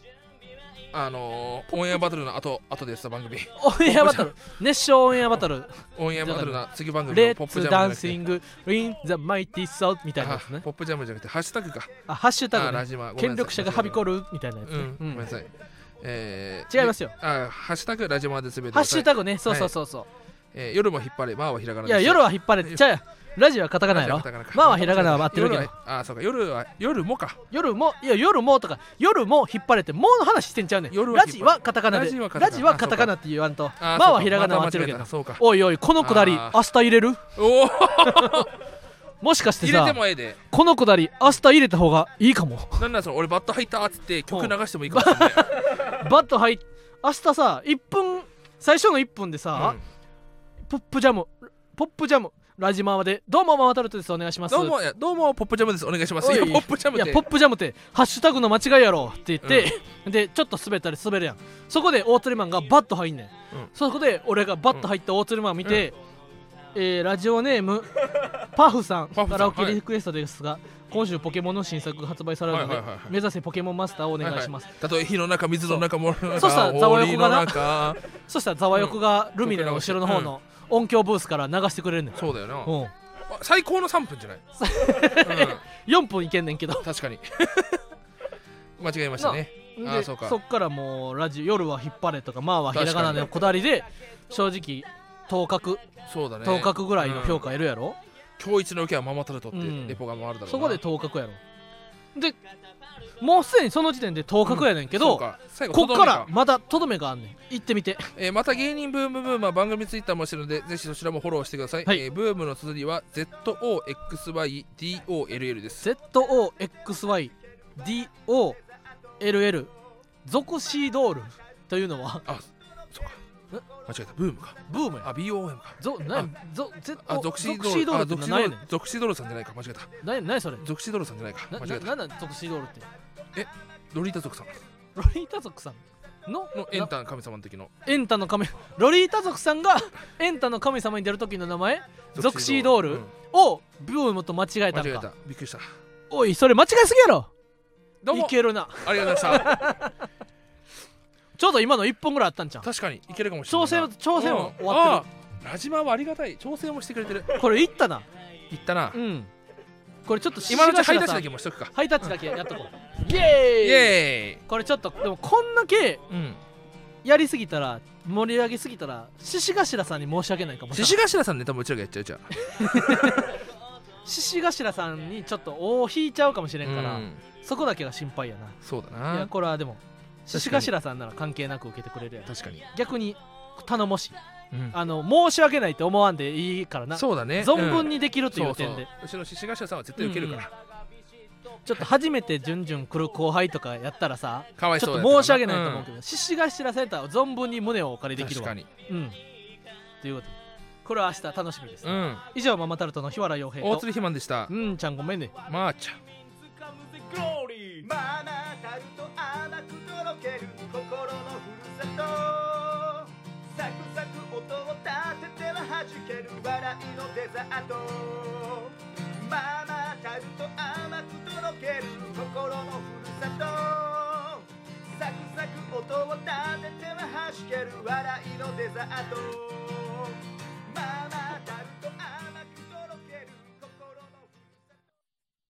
Speaker 2: あのー、オンエアバトルの後後でやってた番組
Speaker 1: オンエアバトル熱唱オンエアバトル
Speaker 2: オンエアバトルの次番組
Speaker 1: レ
Speaker 2: のポ
Speaker 1: ッ
Speaker 2: ップジ
Speaker 1: ツ
Speaker 2: ャムじ
Speaker 1: ダ
Speaker 2: ゃな
Speaker 1: ン
Speaker 2: く
Speaker 1: シ
Speaker 2: て
Speaker 1: ング in the mighty south みたいなやつ
Speaker 2: あ
Speaker 1: ね
Speaker 2: ポップジャムじゃなくてハッシュタグか
Speaker 1: あハッシュ
Speaker 2: あ
Speaker 1: タ
Speaker 2: ー
Speaker 1: グ
Speaker 2: ラ
Speaker 1: ね
Speaker 2: ジマンごめん
Speaker 1: 権
Speaker 2: なさい
Speaker 1: 力者がはびこるみたいなやつ
Speaker 2: う
Speaker 1: ね
Speaker 2: ん
Speaker 1: う
Speaker 2: ごめんなんさいえー
Speaker 1: 違いますよ
Speaker 2: あハッシュタグラジマンで全てくださ
Speaker 1: ハ
Speaker 2: い
Speaker 1: ッシュタグねそうそうそうそう
Speaker 2: えー夜も引っ張れ、まあはひらがないです。
Speaker 1: や夜は引っ張れてちゃうやラジオはカタカナやろ
Speaker 2: カタカナか
Speaker 1: まあはひらがなは合ってるけど
Speaker 2: 夜はあー、そうか、夜は、夜もか。
Speaker 1: 夜もいや夜もとか夜も引っ張れてもうの話してんちゃうねん
Speaker 2: 夜は
Speaker 1: ラ
Speaker 2: 引っ張
Speaker 1: ジ
Speaker 2: れ
Speaker 1: はカタカナで
Speaker 2: ラ
Speaker 1: ラ
Speaker 2: ジ
Speaker 1: ジ
Speaker 2: は
Speaker 1: は
Speaker 2: カタ
Speaker 1: カタカ
Speaker 2: カナ
Speaker 1: ナって言わんと
Speaker 2: あー
Speaker 1: まあ
Speaker 2: そう
Speaker 1: は
Speaker 2: か
Speaker 1: ひらがなは
Speaker 2: ま
Speaker 1: 合
Speaker 2: た
Speaker 1: ってるけど
Speaker 2: 間違えたそうか。
Speaker 1: おいおいこのくだり
Speaker 2: あー
Speaker 1: 明日入れる
Speaker 2: おお
Speaker 1: もしかして
Speaker 2: 入れて
Speaker 1: さ
Speaker 2: もええで。
Speaker 1: このくだり明日入れた方がいいかも
Speaker 2: なんなんその俺バット入ったっつって曲流してもいいかもしれない。
Speaker 1: バット入っ明日さ1分最初の1分で さ、
Speaker 2: うん
Speaker 1: ポップジャムポップジャムラジマワでどうもママタルトですお願いします
Speaker 2: どうも、いやどうも、ポップジャムです。お願いします。
Speaker 1: お
Speaker 2: い
Speaker 1: い
Speaker 2: や、ポップジャム
Speaker 1: い
Speaker 2: っ
Speaker 1: や
Speaker 2: て。
Speaker 1: ポップジャムってハッシュタグの間違いやろって言って、でちょっと滑ったり滑るやんそこで大鳥マンがバッと入んねん、
Speaker 2: うん
Speaker 1: そこで俺がバッと入った大鳥マン見て、えーラジオネームパフさん
Speaker 2: パフさ
Speaker 1: カ
Speaker 2: ん
Speaker 1: ラオケ
Speaker 2: はい
Speaker 1: リクエストですが、今週ポケモンの新作が発売されるので、
Speaker 2: はいはいはいはい
Speaker 1: 目指せポケモンマスターをお願いします、
Speaker 2: たとえ火の中、水の中、森の中、
Speaker 1: そしたらざわよこがな
Speaker 2: 檻の中
Speaker 1: そしたらざわよくがルミネの後ろの方の音響ブースから流してくれるねん、
Speaker 2: そうだよな。
Speaker 1: うん
Speaker 2: あ最高の3分じゃない。うん
Speaker 1: 4分いけんねんけど
Speaker 2: 確かに。間違えましたね。
Speaker 1: で
Speaker 2: あーそうか
Speaker 1: っからもうラジオ夜は引っ張れとかまあはひらがなのこだわりで正直頭角
Speaker 2: そうだね。
Speaker 1: 頭角ぐらいの評価いるやろ、
Speaker 2: 今日一の受けはママタルトって
Speaker 1: うん
Speaker 2: レポが回るだろうな
Speaker 1: そこで頭角やろでもうすでにその時点で頭角やねんけ
Speaker 2: そ
Speaker 1: ど、
Speaker 2: うか最後
Speaker 1: こっか
Speaker 2: とど
Speaker 1: ら
Speaker 2: め
Speaker 1: まだとどめがあんねん行ってみて
Speaker 2: えーまた芸人ブームブームは番組ツイッターもしてるのでぜひそちらもフォローしてください、
Speaker 1: はい
Speaker 2: えーブームの綴りは ZOXYDOLL です
Speaker 1: ZOXYDOLL 属シードールというのは
Speaker 2: あそうか間違えたブームか
Speaker 1: ブームや
Speaker 2: あ BOM か
Speaker 1: ぞなんぞ Z
Speaker 2: あ
Speaker 1: 属
Speaker 2: 属シ
Speaker 1: シ
Speaker 2: ード
Speaker 1: ードール
Speaker 2: ル
Speaker 1: って
Speaker 2: ゾクシ
Speaker 1: 何やねん
Speaker 2: ゾクシドルさんじゃないか間違えた
Speaker 1: 何何それ
Speaker 2: ゾクシドルさんじゃないか
Speaker 1: な
Speaker 2: 間違
Speaker 1: な
Speaker 2: えた
Speaker 1: なんなん属シードールって
Speaker 2: ロリータ族さん
Speaker 1: ロリータ族さんの
Speaker 2: のエンタの神様の時の
Speaker 1: エンタの神ロリータ族さんがエンタの神様に出る時の名前ゾクシードール
Speaker 2: うん
Speaker 1: をブームと間違えた
Speaker 2: 間
Speaker 1: ん
Speaker 2: 違え
Speaker 1: か
Speaker 2: たびっくりした
Speaker 1: おいそれ間違えすぎやろ
Speaker 2: どう
Speaker 1: い
Speaker 2: も
Speaker 1: けるな
Speaker 2: ありがとうございま した
Speaker 1: ちょうど今の1本ぐらいあったんちゃう
Speaker 2: 確かにいけるかもしれ
Speaker 1: 調
Speaker 2: ない
Speaker 1: 整
Speaker 2: な
Speaker 1: も調整も
Speaker 2: う
Speaker 1: 終
Speaker 2: ん
Speaker 1: わって
Speaker 2: あーラジマはありがたい調整もしてくれてる
Speaker 1: るこれいったない
Speaker 2: ったな
Speaker 1: うんこれちょっと
Speaker 2: 今のうちハイ
Speaker 1: 白
Speaker 2: タッ
Speaker 1: 頭
Speaker 2: チ
Speaker 1: さ
Speaker 2: だけもしとくか
Speaker 1: ハイタッチだけやっとこうイ
Speaker 2: イ
Speaker 1: エーイ
Speaker 2: エ
Speaker 1: これちょっとでもこんだけ
Speaker 2: ーイうん
Speaker 1: やりすぎたら盛り上げすぎたら獅子頭さんに申し訳ないかもしれ
Speaker 2: 獅
Speaker 1: ない
Speaker 2: 子頭さんね多分うちらがやっちゃうじゃん
Speaker 1: 獅子頭さんにちょっと尾を引いちゃうかもしれんから、
Speaker 2: うんそ
Speaker 1: そこだけが心配やな
Speaker 2: うだ
Speaker 1: いや
Speaker 2: な
Speaker 1: これはでも獅子
Speaker 2: 確かに
Speaker 1: 頭さんなら関係なく受けてくれるやろ
Speaker 2: 確かに、
Speaker 1: 逆に頼もしい
Speaker 2: うん
Speaker 1: あの申し訳ないって思わんでいいからな
Speaker 2: そうだね
Speaker 1: 存分
Speaker 2: に
Speaker 1: にできるという点で、
Speaker 2: うちの獅子頭さんは絶対受けるから、
Speaker 1: ちょっと初めてじゅんじゅん来る後輩とかやったらさ
Speaker 2: かわい
Speaker 1: ち
Speaker 2: そう
Speaker 1: ょ
Speaker 2: だ
Speaker 1: っ
Speaker 2: けど
Speaker 1: と申し訳ないと思うけど獅子頭さんやったら存分に胸をお借りできる
Speaker 2: 確
Speaker 1: わ
Speaker 2: かに
Speaker 1: うんということでこれは明日楽しみです、
Speaker 2: うん
Speaker 1: 以上ママタルトの日原洋平
Speaker 2: 大
Speaker 1: と
Speaker 2: 鶴肥満でした
Speaker 1: うんちゃんごめんね
Speaker 2: まーちゃん
Speaker 3: ママタルト甘くとろける心のふるさとサクサク音を立てては弾ける笑いのデザートママタルト甘くとろける心のふるさとサクサク音を立てては弾ける笑いのデザート